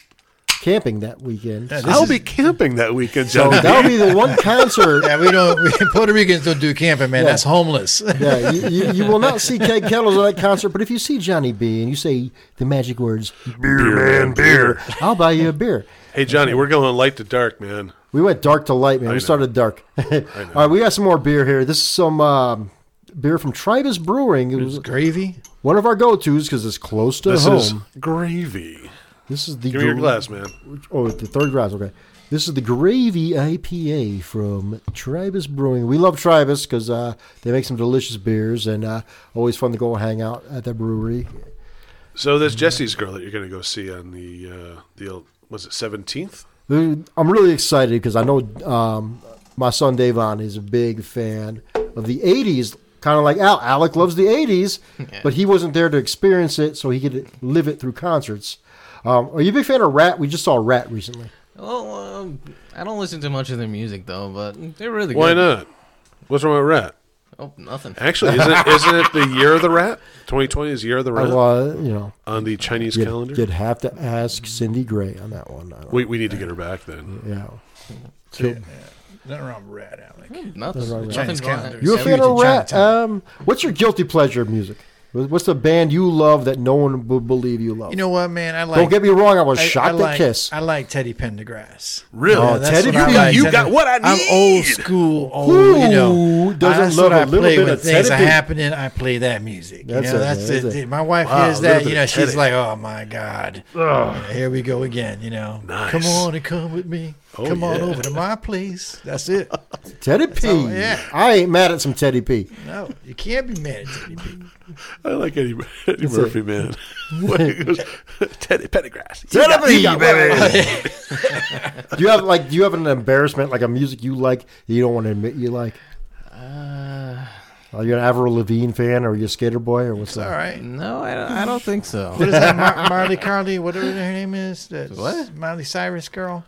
B: camping that weekend.
D: Yeah, this
C: I'll
D: is-
C: be camping that weekend,
B: So
C: Johnny. B.
B: that'll be the one concert
D: <laughs> Yeah, we don't. We, Puerto Ricans don't do camping, man.
B: Yeah.
D: That's
E: <laughs>
D: homeless.
B: Yeah, you, you, you will not see Keg Kettles at that concert, but if you see Johnny B and you say the magic words,
C: beer, man, beer.
B: I'll buy you a beer.
C: Hey, Johnny, we're going light to dark, man.
B: We went dark to light, man. we
C: know.
B: started dark. <laughs> All right, we got some more beer here. This is some um, beer from Tribus Brewing. It was
D: Gravy.
B: one of our go tos because it's close to
C: This
B: home.
C: is gravy.
B: this is the
C: Give me your
B: gr-
C: glass, man.
B: Oh, the third glass. Okay. This is the Gravy IPA from Tribus Brewing. We love Tribus because uh, they make some delicious beers and uh, always fun to go hang out at their brewery.
C: So this Jesse's girl that you're going to go see on the uh, the was it 17th?
B: Dude, I'm really excited because I know um, my son Davon is a big fan of the '80s, kind of like Al. Alec loves the
D: <laughs>
B: '80s, but he wasn't there to experience it, so he could live it through concerts. Um, are you a big fan of Rat? We just saw Rat recently.
E: Well, um, I don't listen to much of their music though, but they're really
C: Why
E: good.
C: not? What's wrong with rat?
E: Oh, nothing.
C: Actually, isn't isn't it the year of the rat? 2020 is the year of the
B: I
C: rat
B: uh, you know,
C: on the Chinese
B: you'd,
C: calendar.
B: you'd have to ask Cindy Gray on that one. I don't,
C: we we need to get her back then.
B: yeah.
D: Nothing wrong with rat, Alec.
B: right, right.
E: Nothing. nothing
D: Chinese
E: wrong-
D: calendar.
B: You a
D: Sandwich
B: fan of
D: in
B: Rat?
D: Chinatown.
B: Um, what's your guilty pleasure music? What's the band you love that no one would believe you love?
D: You know what, man? I like.
B: Don't get me wrong. I was
D: I, I
B: shocked
D: like,
B: at Kiss.
D: I like Teddy Pendergrass.
C: Really?
B: Oh,
D: that's
B: Teddy
D: what I
B: Pendergrass.
D: like.
C: You
D: Teddy-
C: got what I
D: I'm old
C: need.
D: school. Old, you know,
B: Who doesn't
D: that's
B: love
D: what
B: a
D: I
B: little
D: play
B: bit
D: when
B: of
D: things
B: Teddy?
D: are happening. I play that music. You
B: That's
D: know,
B: it,
D: that's
B: man, that's
D: the-
B: it.
D: My wife
C: Wow,
D: hears
C: a little
D: that.
C: bit
D: You know,
C: of
D: she's
C: Teddy.
D: like, "Oh my god, here we go again." You know,
C: Nice.
D: come on and come with me.
C: Oh,
D: come on
C: yeah.
D: over to my place.
B: <laughs>
D: That's it.
B: Teddy P. I
D: all- yeah.
B: ain't mad at some Teddy P.
D: No, you can't be mad at Teddy P.
B: <laughs>
C: I like Eddie, Eddie
B: it.
C: Murphy, man. When he goes, Teddy Pendergrass. You
B: Teddy
C: got-
B: P,
C: you got what I
B: baby.
C: need."
D: <laughs>
B: Do you have like do you have an embarrassment like a music you like that you don't want to admit you like?
E: Uh,
B: Are you an Avril Lavigne fan or are you a skater boy or what's
D: It's all
B: that?
D: right.
E: no, I don't, I don't think
D: What
E: so.
D: is that, Mar- Marley Carly? Whatever her name is. That's
E: What?
D: Miley Cyrus girl.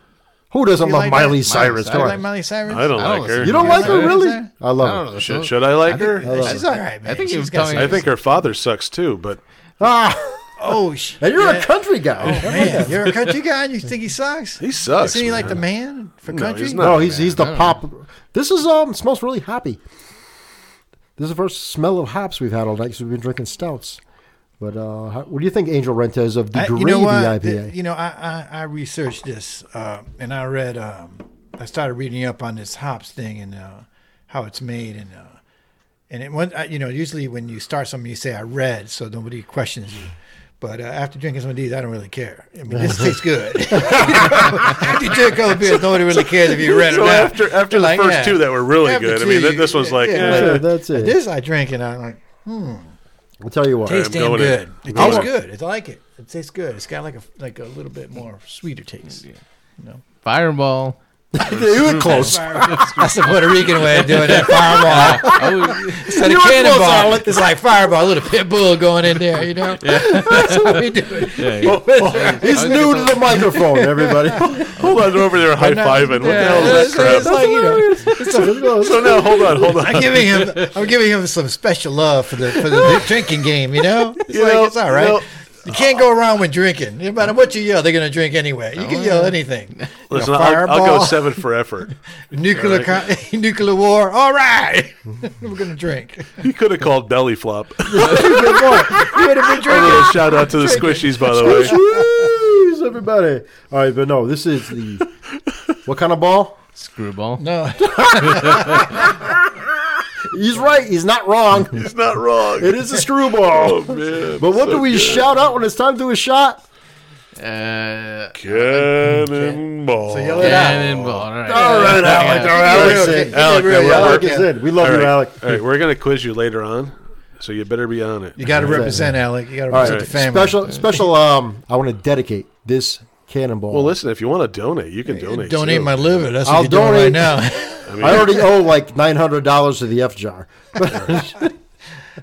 B: Who doesn't
D: You
B: love
D: like that?
B: Miley
D: Miley
B: Cyrus?
E: Cyrus.
B: Come
D: You
B: on.
D: like Miley
C: I
D: Cyrus?
C: don't
E: I don't
C: like her.
E: listen
B: you don't
E: Miley
B: like her
E: Cyrus?
B: really?
D: Is
B: I
E: I
B: love
E: don't
B: her.
E: know.
C: Should,
E: so-
C: should I like her?
B: love
D: She's
B: it.
D: all right, man.
E: I think
D: She's
E: it was
D: got
E: coming-
C: I think her father sucks too, but
B: Ah,
D: <laughs> Oh, sh-
B: and you're
D: yeah. Oh,
B: a country guy.
D: man. You're a country guy. and You think he sucks?
C: he sucks.
D: Isn't he like
C: man.
D: the man for
C: No,
D: country?
C: he's not.
B: No, he's he's the
E: man.
B: pop. This is um smells really hoppy. This is the first smell of hops we've had all night because we've been drinking stouts. But uh, how, what do you think, Angel Rentez of the
D: I,
B: Greedy
D: you know what?
B: IPA?
D: Th- You know, I, I, I researched this uh, and I read, um, I started reading up on this hops thing and uh, how it's made. And uh, and it went, I, you know, usually when you start something, you say, I read, so nobody questions you. But uh, after drinking some of these, I don't really care. I mean, this tastes good. You know, after you drink a couple beers, nobody really cares if you read
C: So
D: or not.
C: after after
D: Like,
C: the first
D: yeah.
C: two that were really
D: After
C: good, I
D: two,
C: mean, th-
D: you-
C: this one's like,
D: yeah,
C: eh,
B: that's it. That's it.
D: This I drink and I'm like,
B: I'll tell you what.
D: tastes
C: I'm
D: damn
C: going in.
D: good.
C: I'm
D: It
C: going
D: tastes
C: in.
D: good. It's I like it. It tastes good. It's got like a like a little bit more sweeter taste.
E: Fireball.
B: you were close.
D: <laughs> That's the Puerto Rican way of doing that
C: <laughs>
D: fireball.
E: Oh,
D: Instead of cannonball, it's like fireball, a little pit bull going in there,
C: <laughs>
D: you know? <laughs> That's what we do.
E: yeah, yeah.
B: He's new to the microphone, everybody.
C: <laughs> hold on, they're over there high fiving. What the hell is
D: it's, it's
C: that crap?
D: like, you
C: <laughs>
D: know,
C: So now, hold on, hold on.
D: I'm giving him I'm giving him some special love for the
C: <laughs>
D: for the drinking game, you know? It's
C: You
D: like
C: know,
D: it's all right.
C: you know-
D: you can't go wrong with drinking. No matter what you yell, they're gonna drink anyway.
C: Oh,
D: You can yell anything. You know,
C: Listen, I'll, I'll go
D: fireball.
C: seven for effort.
D: Nuclear con- <laughs> nuclear war. All right, <laughs> we're gonna drink.
C: He could have called belly flop. <laughs>
D: You would have been
C: A
D: drinking.
C: little shout out to the squishies, by the way.
B: Jeez, everybody. All right, but no, this is the what kind of ball?
E: Screwball.
D: No,
B: He's right. He's not wrong.
C: He's not wrong.
B: It is a screwball.
C: <laughs> Oh, man.
B: But what do we shout out when it's time to do a shot?
E: Uh,
C: Cannonball.
D: So yell it out.
E: cannonball. All right.
B: All right, Alec. All right, Alec.
D: Okay.
B: in.
C: Alec,
D: Yeah,
C: now we're-
D: yeah,
B: Alec
C: we're-
B: is in. We love
C: all
B: you,
C: right.
B: Alec.
C: All right, we're gonna quiz you later on, so you better be on it.
D: you got to represent Alec. You got to
B: All
D: represent
B: right,
D: the family.
B: special, special. Um, I want to dedicate this cannonball.
C: Well, listen, if you want to donate, you can donate. <laughs>
D: donate
C: too.
D: my liver. That's what
B: I'll
D: you're doing
B: donate-
D: right now.
C: I mean,
B: I already owe like nine hundred dollars to the F <laughs> jar.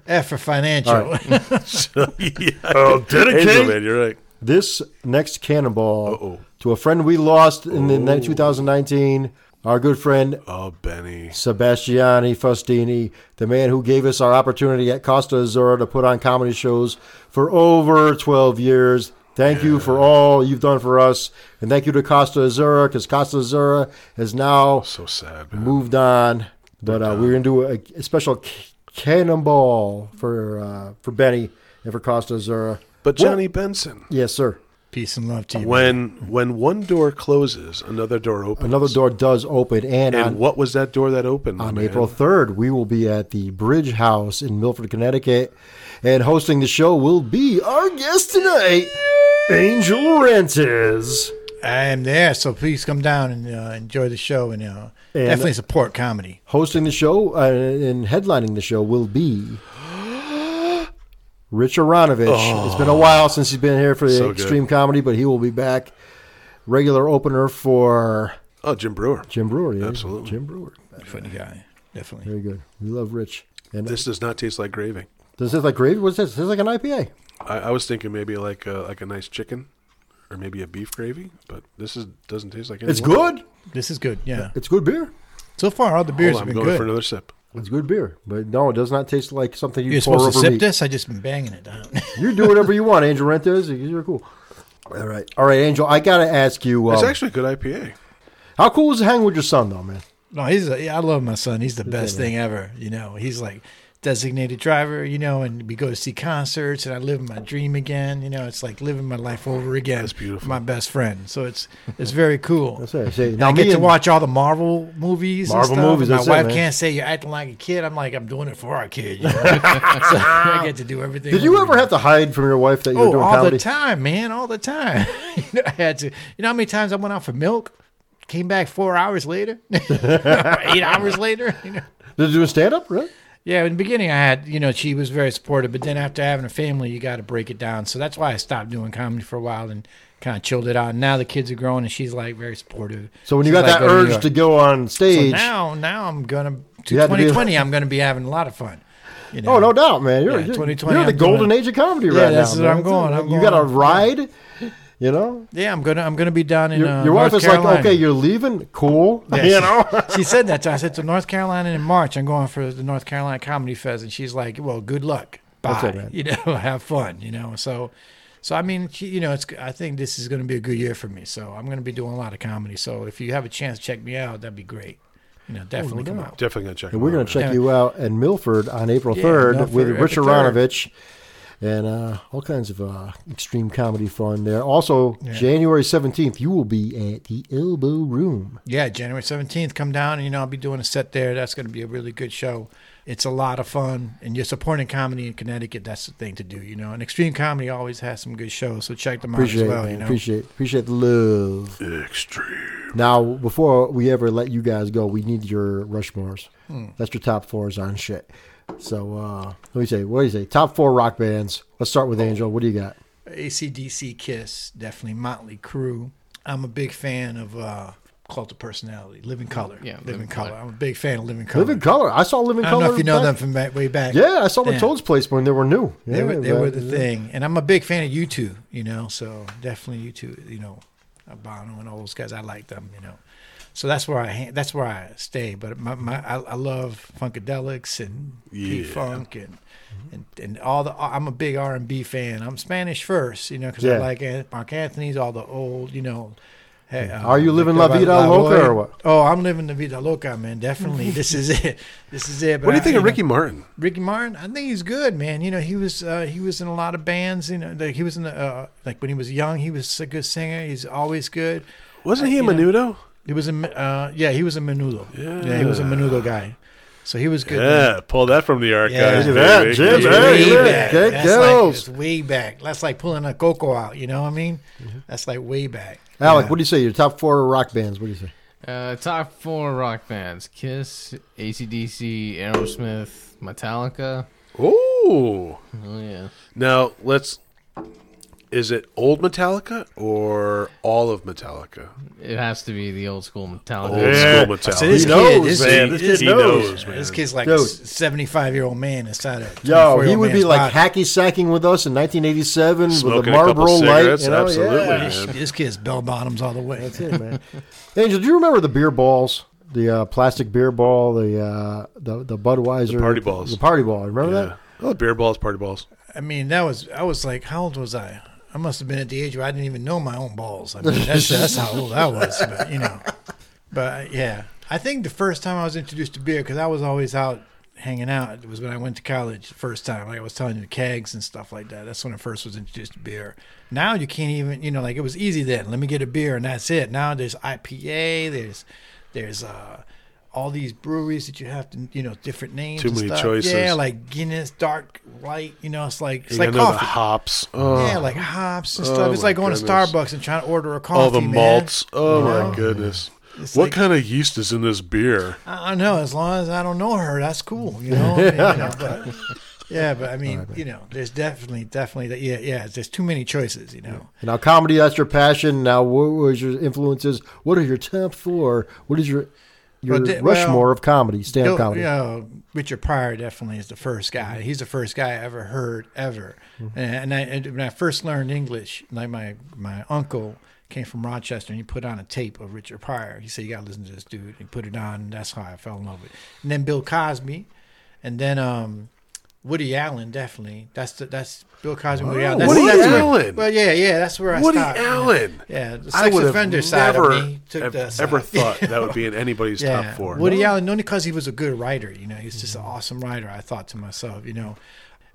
D: F for financial.
B: All
C: yeah. Oh, dedicate. Angel, man, you're right.
B: This next cannonball
C: Uh-oh.
B: to a friend we lost in the ni- 2019. Our good friend
C: Oh, Benny.
B: Sebastiani Fustini, the man who gave us our opportunity at Costa Azura to put on comedy shows for over 12 years. Thank you for all you've done for us. And thank you to Costa Azura because Costa Azura has now
C: So sad. Man.
B: moved on. But uh, we're going to do a, a special c- cannonball for uh, for Benny and for Costa Azura.
C: But Johnny Benson.
B: Yes, sir.
D: <laughs> Peace and love to you.
C: When when one door closes, another door opens.
B: Another door does open. And,
C: And
B: on,
C: what was that door that opened?
B: on
C: man?
B: April 3rd, we will be at the Bridge House in Milford, Connecticut. And hosting the show will be our guest tonight, Angel Rentes.
D: I am there, so please come down and uh, enjoy the show and, uh,
B: And-
D: definitely support comedy.
B: Hosting the show uh, and headlining the show will
C: <gasps>
B: be Rich Aronovich. It's been a while since he's been here for the
C: Oh. So good.
B: Extreme Comedy, but he will be back. Regular opener for
C: Oh, Jim Brewer.
B: Jim Brewer. yeah.
C: Absolutely.
B: Jim Brewer.
D: Funny guy, definitely.
B: Very good. We love Rich. And
C: This does not taste like gravy.
B: does this like gravy? What's this? This is like an IPA.
C: I, I was thinking maybe like a, like a nice chicken, or maybe a beef gravy. But this is doesn't taste like.
B: It's
C: anything.
B: good.
D: This is good. Yeah.
B: It's good beer.
D: So far, all the beers
C: Hold on, I'm
D: have been
C: going for
D: good.
C: another sip.
B: It's good beer, but no, it does not taste like something you
D: You're
B: pour
D: supposed to
B: over
D: sip
B: meat.
D: this. I just been banging it down. <laughs>
B: You do whatever you want, Angel Rentes. You're cool. All right, all right, Angel. I gotta ask you,
C: It's
B: um,
C: actually a good IPA.
B: how cool was hanging with your son, though, man?
D: No, he's. A, yeah, I love my son. He's the best thing ever. You know, he's like designated driver, you know, and we go to see concerts and I live my dream again. You know, it's like living my life over again.
C: That's beautiful.
D: My best friend. So it's it's very cool.
B: That's what I say.
D: Now I
B: me
D: get to
B: and-
D: watch all the Marvel movies.
B: Marvel
D: and stuff.
B: movies,
D: My
B: that's it,
D: wife
B: man.
D: can't say you're acting like a kid. I'm like I'm doing it for
B: <laughs>
D: our kid. You know? <laughs> So I get to do everything.
B: Did you
D: over
B: ever have to hide from your wife that you were
D: Oh,
B: doing
D: all
B: comedy?
D: the time, man, all the time. <laughs> you know, I had to. You know how many times I went out for milk, came back four hours later, <laughs> eight hours later. You know.
B: Did you do a stand up? Really?
D: Yeah, in the beginning, I had you know she was very supportive, but then after having a family, you got to break it down. So that's why I stopped doing comedy for a while and kind of chilled it out. And now the kids are grown, and she's like very supportive.
B: So when you
D: She's
B: got
D: like,
B: that
D: "Go New
B: urge
D: York."
B: to go on
D: so
B: stage,
D: now now I'm gonna to
B: You had to be-
D: 2020, I'm gonna be having a lot of fun. You know?
B: oh no doubt, man, you're
D: Yeah,
B: you're,
D: 2020,
B: you're the
D: I'm
B: golden
D: going-
B: age of comedy
D: Yeah,
B: right
D: that's
B: now.
D: what
B: man.
D: I'm going, I'm
B: you got a
D: going.
B: ride, you know.
D: Yeah, I'm gonna I'm gonna be down in
B: Your,
D: uh,
B: your wife
D: North
B: is
D: Carolina.
B: like, okay, you're leaving, cool, <laughs>
D: Yeah,
B: you
D: she-
B: know.
D: <laughs> she said that. To, I said to North Carolina in March, I'm going for the North Carolina Comedy Fest, and she's like, "Well, good luck. Bye.
B: That's it, man.
D: you know, <laughs> have fun. You know." So, so I mean, she, you know, it's. I think this is going to be a good year for me. So I'm going to be doing a lot of comedy. So if you have a chance, check me out. That'd be great. You
B: Oh,
D: know, definitely come out.
C: Definitely gonna check.
B: And we're going
C: them out,
B: to check
D: Yeah.
B: you out in Milford on April
D: Yeah,
B: 3rd
D: Milford,
B: with
D: April
B: Rich
D: 3rd.
B: Aronovich and uh, all kinds of uh, extreme comedy fun there. Also, January 17th, you will be at the Elbow Room.
D: Yeah, January 17th, come down. And, you know, I'll be doing a set there. That's going to be a really good show. It's a lot of fun. And you're supporting comedy in Connecticut. That's the thing to do, you know. And extreme comedy always has some good shows. So check them
B: Appreciate
D: out as well,
B: it, man.
D: you know.
B: Appreciate, appreciate the love.
C: Extreme.
B: Now, before we ever let you guys go, we need your Rushmores.
D: Hmm.
B: That's your top fours on shit. So, uh, let me say, what do you say? Top four rock bands. Let's start with Angel. What do you got?
D: ACDC, Kiss, definitely Motley Crue. I'm a big fan of uh, Cult of Personality, Living Color.
E: Yeah,
D: Living
E: Living
D: Color.
E: Colour.
D: I'm a big fan of Living Color.
B: Living Color. I saw Living
D: I
B: Color.
D: don't know if you know
B: back-
D: them from back, way back.
B: Yeah, I saw
D: Yeah.
B: Matone's place when they were new.
D: they
B: Yeah,
D: were they
B: that-
D: were the thing, and I'm a big fan of U two. You know, so definitely U two. You know, Bono and all those guys. I like them. You know, so that's where I ha- that's where I stay. But my, my I, I love funkadelics and P
C: Yeah.
D: funk and.
B: Mm-hmm.
D: And, and all the I'm a big R and B fan. I'm Spanish first, you know, because
B: Yeah.
D: I like An- Mark Anthony's, all the old, you know. Hey, uh,
B: Are you living La Vida Loca or what?
D: Oh, I'm living La Vida Loca, man. Definitely, this is it.
B: <laughs>
D: This is it. But
C: What do
D: I-
C: you think of
D: know-
C: Ricky Martin?
D: Ricky Martin, I think he's good, man. You know, he was uh, he was in a lot of bands. You know, like he was in the, uh, like when he was young, he was a good singer. He's always good.
C: Wasn't he a
D: you know-
C: Menudo?
D: He was a uh, yeah, he was a Menudo. Yeah. he was a Menudo guy. So he was good. man.
C: Yeah, pull that from the archives.
D: Yeah.
B: Look at that,
C: baby.
B: Jim.
D: That's
B: Hey,
D: way
B: look,
D: back.
B: get
D: That's
B: girls.
D: like it's way back. That's like pulling a cocoa out. You know what I mean?
B: Mm-hmm.
D: That's like way back.
B: Alec,
D: Yeah.
B: what do you say? Your top four rock bands. What do you say?
E: Uh, top four rock bands: Kiss, ACDC, Aerosmith, Metallica.
C: Ooh.
E: Oh yeah,
C: Now let's. Is it old Metallica or all of Metallica?
E: it has to be the old school Metallica.
C: Old school Metallica.
D: So this
B: He knows,
D: kid, this
B: man.
D: kid,
B: This
D: this,
B: kid knows,
C: man.
D: this kid's like
B: Dude.
D: a seventy-five year old man inside a
B: Yo, he
D: 24-year-old
B: would be
D: man's
B: like
D: body.
B: hacky sacking with us in 1987 with a
C: Smoking a couple
B: Marlboro light.
C: cigarettes,
B: You know?
C: absolutely,
B: Yeah.
C: man.
D: This kid's bell bottoms all the way.
B: That's it, man. <laughs> Angel, do you remember the beer balls? The uh, plastic beer ball, the uh, the the Budweiser
C: The party balls.
B: the party ball. Remember
C: Yeah. Oh, beer balls, party balls.
D: I mean, that was I was like, how old was I? I must have been at the age where I didn't even know my own balls. I mean, that's, that's how old I was, but,
C: <laughs>
D: you know. But uh, yeah, I think the first time I was introduced to beer because I was always out hanging out was when I went to college the first time. Like I was telling you, the kegs and stuff like that. That's when I first was introduced to beer. Now you can't even, you know, like it was easy then. Let me get a beer and that's it. Now there's IPA. There's there's uh all these breweries that you have to, you know, different names.
C: Too
D: and
C: many
D: stuff.
C: choices.
D: Yeah, like Guinness, dark, light. You know, it's like it's
C: You
D: like
C: gotta know the
D: coffee.
C: hops. Oh,
D: Yeah, like hops and stuff.
C: Oh
D: it's
C: my
D: like going to
C: goodness.
D: Starbucks and trying to order a coffee.
C: all the
D: man.
C: malts. Oh my goodness.
D: It's
C: what
D: like-
C: kind of yeast is in this beer?
D: I don't know. As long as I don't know her, that's cool. You know.
C: <laughs>
D: You know, but, yeah, but I mean, you know, there's definitely, definitely that. Yeah, yeah. There's too many choices. You know.
B: that? Now comedy, that's your passion. Now, what was your influences? What are your top four? What is your your
D: Well, di-
B: Rushmore
D: well,
B: of comedy, stand-up
D: Bill-
B: comedy?
D: You know, Richard Pryor definitely is the first guy. He's the first guy I ever heard ever. And, and I and when I first learned English, like my my uncle came from Rochester and he put on a tape of Richard Pryor. He said, "You got to listen to this dude." He put it on, and that's how I fell in love with. it. And then Bill Cosby, and then um, Woody Allen, definitely. That's the, that's Bill Cosby. Woody
C: Wow,
D: Allen. That's,
C: Woody
D: that's Where,
C: Allen!
D: well, yeah, yeah. That's where I
C: Woody
D: stopped.
C: Allen.
D: Yeah, the
C: I
D: sex
C: would have
D: offender
C: never
D: side of me took
C: ev-
D: the side. <laughs>
C: ever thought that would be in anybody's top four. Mm-hmm.
D: Woody Allen, only because he was a good writer. You know, he's just an awesome writer. I thought to myself, you know,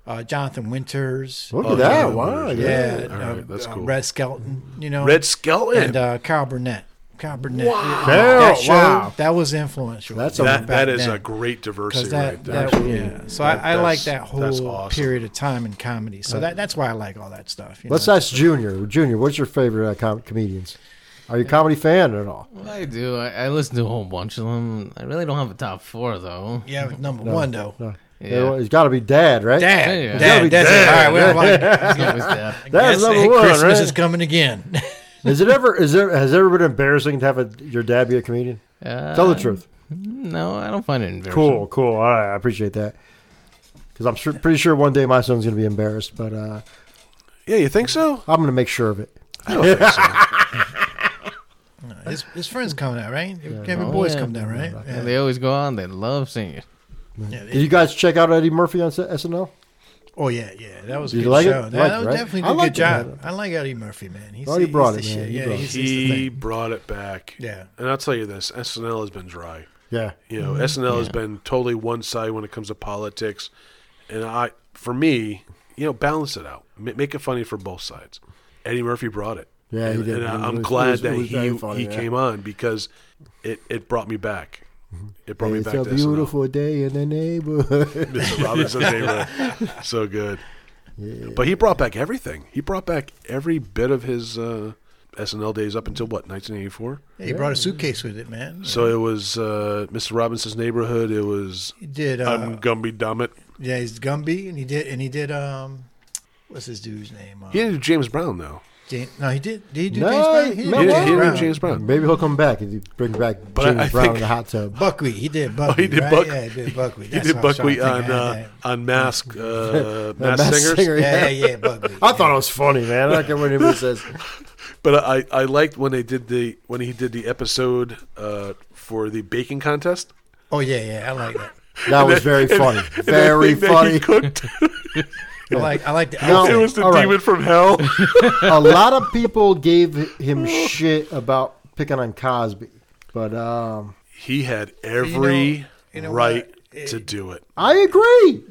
D: uh, Jonathan Winters. uh,
B: Look
C: Oh,
B: at that!
C: yeah,
B: Wow,
C: yeah.
B: yeah.
D: yeah,
C: All
D: uh,
C: right, that's
D: uh,
C: cool.
D: Red Skelton. You know,
C: Red Skelton.
D: and uh, Kyle Burnett. Kyle Burnett.
C: Wow.
B: Wow,
D: That show
B: wow.
D: that was influential.
B: That's a-
C: that
D: back
C: that is
D: then.
C: a great diversity
D: because that,
C: right there.
D: that yeah. So I, I
C: That-
D: like that
C: that's-
D: whole
C: that's awesome. Uh,
D: period of time in comedy. So that that's why I like all that stuff. you
B: Let's
D: know.
B: ask Junior. Junior, what's your favorite uh, com- comedians? Are you a comedy fan at all?
E: Well, I do. I, I listen to a whole bunch of them. I really don't have a top four though.
D: Yeah, but number one though.
B: No.
E: Yeah.
B: He's got to be Dad, right?
D: Dad,
E: Yeah, yeah.
D: dad,
B: Gotta be
D: that's it.
B: dad.
D: All right, we don't like.
C: <laughs>
E: It's always <laughs> that.
D: <laughs>
B: That's
D: Yes,
B: number
D: hey,
B: one,
D: Christmas
B: right?
D: is coming again.
B: Is it ever? Is there? Has ever been embarrassing to have a, your dad be a comedian?
E: Uh,
B: Tell the truth.
E: No, I don't find it embarrassing.
B: Cool, cool. All right, I appreciate that. Because I'm sure, pretty sure one day my son's going to be embarrassed, but uh,
C: yeah, you think so?
B: I'm going to make sure of it.
C: I don't think
D: <laughs>
C: so.
D: his, his friends coming out, right? Kevin
E: Oh,
D: Boys
E: yeah.
D: come down, right?
E: Yeah,
D: Yeah.
E: they always go on. They love singing. <laughs>
D: Yeah,
B: Did you guys check out Eddie Murphy on S- SNL?
D: oh yeah, yeah. That was a
B: Did
D: good
B: you like it?
D: show.
B: You liked
D: That,
B: it,
D: that was
B: right?
D: definitely
B: I
D: a good
B: liked it,
D: job. I like Eddie Murphy, man. He's,
B: Oh, he
D: he's
B: brought
D: the
B: it,
D: shit.
B: man. He
D: Yeah,
B: brought
D: he's, he's the
C: he
D: thing.
C: brought it back.
D: Yeah.
C: And I'll tell you this, SNL has been dry.
B: Mm-hmm. Yeah.
C: You know, SNL has been totally one side when it comes to politics, and I, for me, you know, balance it out, M- make it funny for both sides. Eddie Murphy brought it.
B: Yeah, he
C: and,
B: did.
C: and I-
B: It
C: I'm
B: was-
C: glad
B: it was- it
C: that
B: was
C: he
B: very funny,
C: he
B: yeah.
C: came on because it it brought me back. It brought me
B: Mm-hmm. It's
C: back
B: a
C: to <laughs>
B: beautiful day in the neighborhood.
C: SNL. Mr. Robinson's neighborhood, so good. But he brought back everything. He brought back every bit of his uh, SNL days up until what 1984.
D: Yeah, he brought a suitcase with it, man.
C: So it was uh, Mr. Robinson's neighborhood. It was
D: he did.
B: um,
D: Uh,
C: I'm Gumby Dummit.
D: yeah, he's Gumby, and he did, and he did. Um, what's his dude's name? Uh,
C: He didn't do James Brown though.
D: Jan- no, he did. Did he do
B: <laughs> No,
D: James Brown?
B: he-
D: did
B: no,
C: He
D: James
C: didn't, he didn't
D: Brown.
C: do James Brown.
B: Maybe he'll come back. He bring back
C: But I-
B: James
C: I
B: Brown
C: think-
B: in the hot tub.
D: Buckwheat. He
B: Oh,
D: did Buckwheat.
C: did
D: right?
C: Buck-
D: Yeah,
B: <laughs>
D: he did Buckwheat.
C: He
D: That's
C: did
D: what I was
C: Buckwheat
D: trying
C: on
D: to
C: uh,
D: think.
C: on Mask uh,
B: The
C: Mask
B: Masked
C: Singers.
B: Singer,
D: Yeah, yeah, yeah, yeah, Buckwheat.
B: <laughs> I thought it was funny, man. I don't care what anybody says.
C: But I I liked when they did the when he did the episode uh, for the baking contest.
D: Oh yeah, yeah. I like that.
B: That was very funny.
C: <laughs>
B: Very
C: Everything that
B: funny.
C: he cooked.
D: I like. I like the.
B: No.
C: it was the
B: All right.
C: demon
B: <laughs>
C: from hell.
B: a lot of people gave him shit about picking on Cosby, but um,
C: he had every
D: you know
C: right
D: what? It-
C: to do it.
B: I agree.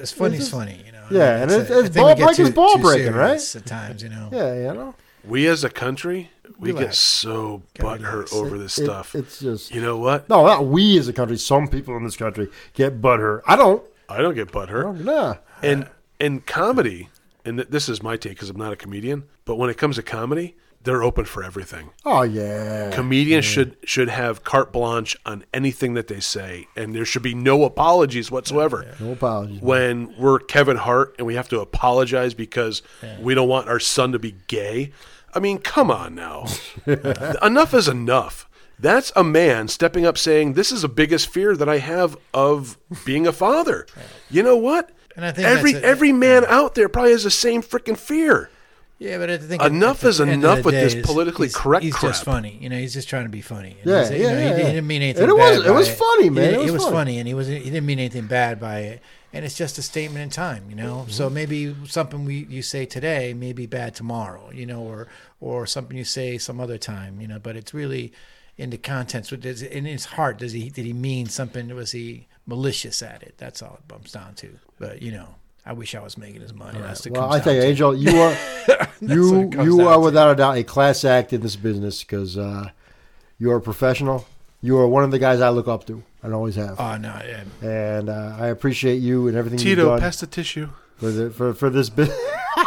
D: It's funny. It's funny. You know.
B: Yeah, and it's- it's ball break is ball breaking, right?
D: right? At times, you know.
B: Yeah, you know,
C: We as a country, we get
D: Relax.
C: so butthurt over this
B: It-
C: stuff.
B: it's just
C: you know what?
B: no, not we as a country. Some people in this country get butthurt. I don't.
C: I don't get butthurt.
B: Nah,
C: and and comedy and th- this is my take because i'm not a comedian but when it comes to comedy they're open for everything
B: oh yeah,
C: comedians should should have carte blanche on anything that they say and there should be no apologies whatsoever
B: no apologies.
C: when we're kevin hart and we have to apologize because we don't want our son to be gay i mean come on now <laughs> enough is enough that's a man stepping up saying this is the biggest fear that i have of being a father you know what
D: And I think
C: every
D: that's it.
C: every man out there probably has the same freaking fear.
D: Yeah, but I think
C: Enough
D: at
C: is
D: the end of
C: enough
D: the
C: with this
D: day, it's-
C: politically
D: he's,
C: correct
D: He's just
C: crap.
D: funny, you know. He's just trying to be funny. And
B: Yeah,
D: he's- you
B: yeah,
D: know, he,
B: yeah,
D: he
B: yeah.
D: didn't mean
B: And
D: anything.
B: it was-
D: bad
B: it
D: by
B: was funny,
D: He
B: man.
D: didn't-
B: It was funny.
D: and he was he didn't mean anything bad by it. And it's just a statement in time, you know.
B: Mm-hmm.
D: So maybe something we you say today may be bad tomorrow, you know, or or something you say some other time, you know. But it's really in the contents. What does in his heart does he did he mean something? Was he malicious at it? That's all it bumps down to. But you know. I wish I was making as money. That's what it
B: Well, I
D: comes
B: tell
D: down
B: you,
D: to.
B: Angel, you
D: <laughs>
B: are
D: what
B: you
D: it comes
B: you
D: down
B: are
D: to.
B: without a doubt a class act in this business because uh, you are a professional. You are one of the guys I look up to and always have.
D: Oh no! Yeah.
B: and uh, I appreciate you and everything you've
C: Tito,
B: done
C: pass the tissue.
B: for, the, for for this business.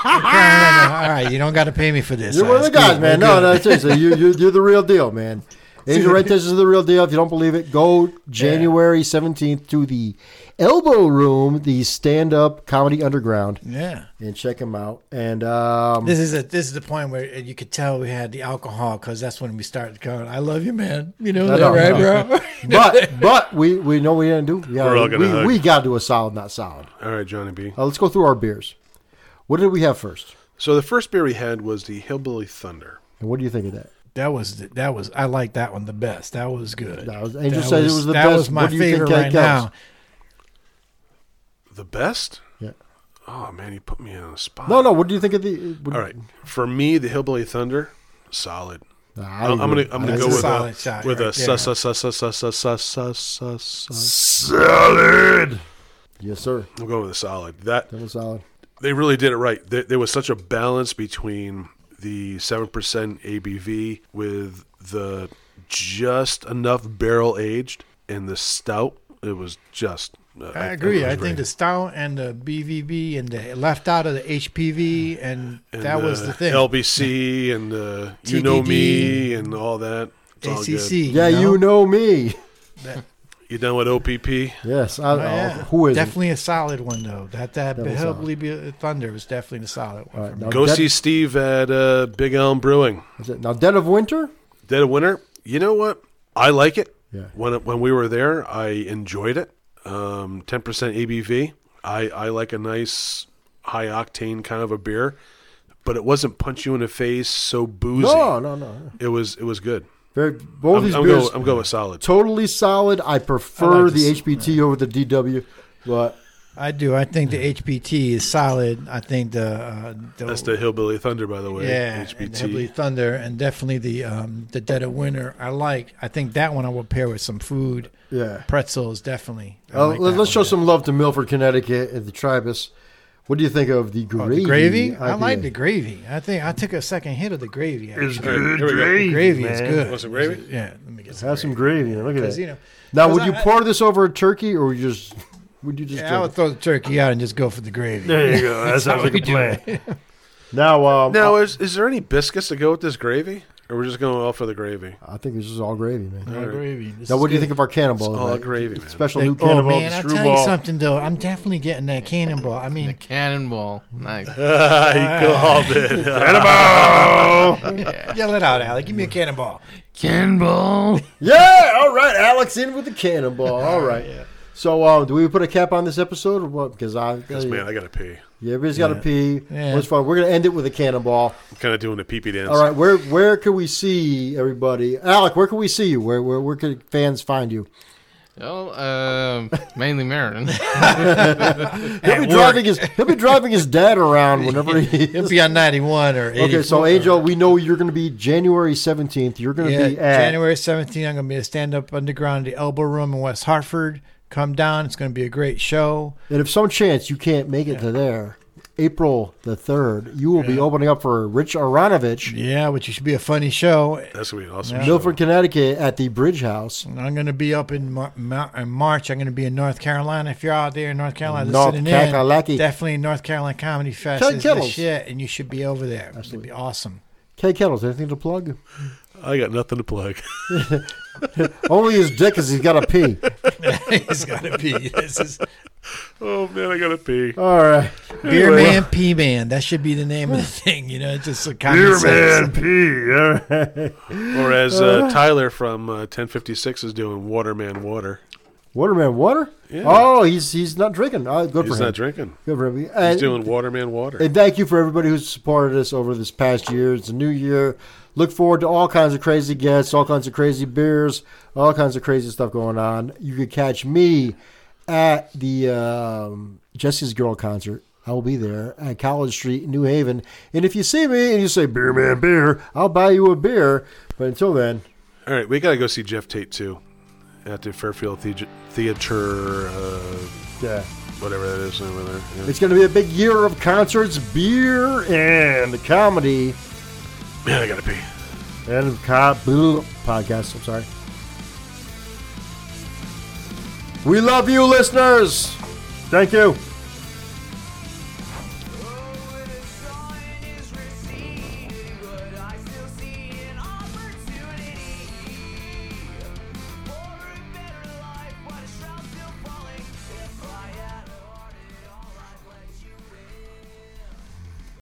D: No, no, no, all right, you don't got to pay me for
B: <laughs>
D: this.
B: You're
D: All
B: one of the
D: right,
B: guys,
D: it's
B: man.
D: good,
B: No,
D: we're
B: no,
D: good.
B: seriously, you, you, you're the real deal, man. Angel Right This is the real deal. If you don't believe it, go January 17th to the Elbow Room, the stand up comedy underground,
D: Yeah,
B: and check him out. And um,
C: <laughs>
D: this is a this is the point where you could tell we had the alcohol because that's when we started going. I love you, man. You know that,
B: know,
D: right,
B: I <laughs>
D: bro?
B: but but we, we know we didn't do. We
C: We're all
B: gotta,
C: gonna
B: we,
C: hug.
B: we got to do a solid, not solid.
C: All right, Johnny B.
B: Uh, let's go through our beers. What did we have first?
C: So the first beer we had was the Hillbilly Thunder.
B: And what do you think of that?
D: that was the- that was I like that one the best. That was good.
B: That was- Angel said it was the
D: that
B: best.
D: was my
B: What do you think
D: favorite
B: that
D: right
B: counts?
D: now.
C: the best?
B: Yeah.
C: Oh man, you put me on the spot.
B: No, no. What do you think of the? What,
C: All right, for me, the Hillbilly Thunder, solid.
B: I
C: I'm
B: agree.
C: gonna I'm gonna
D: That's
C: go
D: a
C: with
D: solid
C: a
D: shot
C: with a
D: right
C: su-
D: there.
C: su- su- su- su- su- su- su- su- su-
B: Solid. Yes, sir.
C: We'll go with a solid. That
B: That was solid.
C: they really did it right. There, there was such a balance between the seven percent ABV with the just enough barrel aged and the stout. It was just. uh,
D: I agree.
C: it
D: I
C: was
D: think
C: great.
D: the stout and the BVB and the left out of the HPV and,
C: And
D: that was the thing.
C: LBC and uh, you know me and all that. It's all good.
D: ACC.
B: Yeah, you know me.
C: You done with OPP?
B: Yes, I,
D: Oh, yeah.
B: I- who is
D: definitely a solid one though. That that
B: That was
D: probably be a Thunder was definitely a solid one. for me.
B: now
C: Go
B: Dead-
C: see Steve at uh, Big Elm Brewing.
B: Is it now Dead of Winter?
C: Dead of Winter. You know what? I like it.
B: Yeah.
C: When it, when we were there, I enjoyed it. Um, 10% ABV. I, I like a nice high octane kind of a beer, but it wasn't punch you in the face so boozy.
B: No, no, no.
C: It was it was good.
B: Very, both
C: I'm,
B: these
C: I'm
B: beers
C: going I'm going with solid.
B: totally solid. I
D: I
B: prefer
D: like
B: the
D: this.
B: HBT over the DW, but
D: I do. I think the HPT is solid. I think the, uh, the
C: That's the Hillbilly Thunder, by the way.
D: yeah, and
C: HBT.
D: Heavily Thunder, and definitely the um, the Dead of Winter. I like. I think that one I would pair with some food.
B: yeah.
D: Pretzels, definitely. I
B: Uh,
D: like
B: let,
D: that
B: us show
D: one.
B: some love to Milford, Connecticut, at the Tribus. What do you think of the
D: Oh,
B: gravy?
D: the gravy. I
B: IPA?
D: like the gravy. I think I took a second hit of the gravy. Actually.
C: All right, here we go.
D: The gravy is good.
C: Want some gravy?
D: Yeah, let me get some.
B: Have some gravy. Look at
D: Because you
B: that.
D: know,
B: Now,
D: 'cause
B: would you
D: I-
B: pour this over a turkey, or would you just <laughs> would you just?
D: yeah, I
B: drink
D: would throw the turkey out and just go for the gravy.
B: it? There you
D: <laughs>
B: go. That sounds like
E: we do
B: a- now, um,
C: Now, is, is there any biscuits to go with this gravy? Or we're just going off for the gravy?
B: I think this is all gravy, man.
D: All gravy. This
B: Now,
D: is
B: what do you
D: good.
B: think of our cannonball?
C: All
B: tonight?
C: gravy, man.
B: Special new
D: Like, oh
B: cannonball,
D: man, I tell you
B: screwball.
D: something though. I'm definitely getting that cannonball. I
E: The
D: mean,
E: cannonball. Nice.
C: Ah, he called it.
D: <laughs> yell it out, Alec. Give me a cannonball.
E: Cannonball. <laughs>
B: Yeah, all right. Alex in with the cannonball. All right. So, um, do we put a cap on this episode or what? Because I,
C: Yes, man, I got to pee.
B: yeah, everybody's got to pee.
D: Yeah.
B: What's fun? We're gonna end it with a cannonball.
C: I'm kind of doing the pee pee dance.
B: All right, where where can we see everybody? Alec, where can we see you? Where where where can fans find you?
E: Oh, um, mainly Marin.
B: He'll be driving his he'll be driving his dad around whenever he.
D: It'll be on 91 or 84.
B: <laughs> Okay, so Angel, we know you're going to be January seventeenth. You're going to
D: Yeah,
B: be at
D: January 17th, I'm going to be at Stand Up Underground, the Elbow Room in West Hartford. Come down. It's going to be a great show.
B: And if some chance you can't make it to there, April the third, you will be opening up for Rich Aronovich,
D: Yeah, which should be a funny show.
C: That's going to be an awesome. show.
B: Milford, Connecticut, at the Bridge House.
D: I'm going to be up in, Mar- Mar- in March. I'm going to be in North Carolina. If you're out there in North Carolina
B: North
D: listening
B: Kakalaki.
D: in, definitely North Carolina Comedy Fest
B: Ted
D: is the
B: Kettles.
D: shit, and you should be over there. It's going to be awesome.
B: Kay Kettles, anything to plug?
C: I got nothing to plug. <laughs>
B: Only his dick is he's got to pee.
D: <laughs> He's got to be. This is
C: oh man, I got to pee.
B: All right,
D: Beer
C: Anyway.
D: Man, P Man. That should be the name of <laughs> the thing. You know, it's just a common Beer sense.
C: pee. All right. Or as uh, Tyler from uh, 1056 is doing, Waterman Water.
B: Waterman, water.
C: Yeah.
B: Oh, he's he's not drinking. Uh, good
C: He's
B: for him.
C: not drinking.
B: good for him.
C: He's
B: And-
C: doing Waterman Water.
B: And thank you for everybody who's supported us over this past year. It's a new year. Look forward to all kinds of crazy guests, all kinds of crazy beers, all kinds of crazy stuff going on. You can catch me at the um, Jesse's Girl concert. I will be there at College Street, New Haven. And if you see me and you say, Beer Man, beer, I'll buy you a beer. But until then,
C: All right, we got to go see Jeff Tate too at the Fairfield the- Theater, uh,
B: yeah.
C: whatever that is over there. Yeah.
B: It's going to be a big year of concerts, beer, and comedy,
C: Man, I got to pee.
B: and co- blah, podcast. I'm sorry. We love you, listeners. Thank you.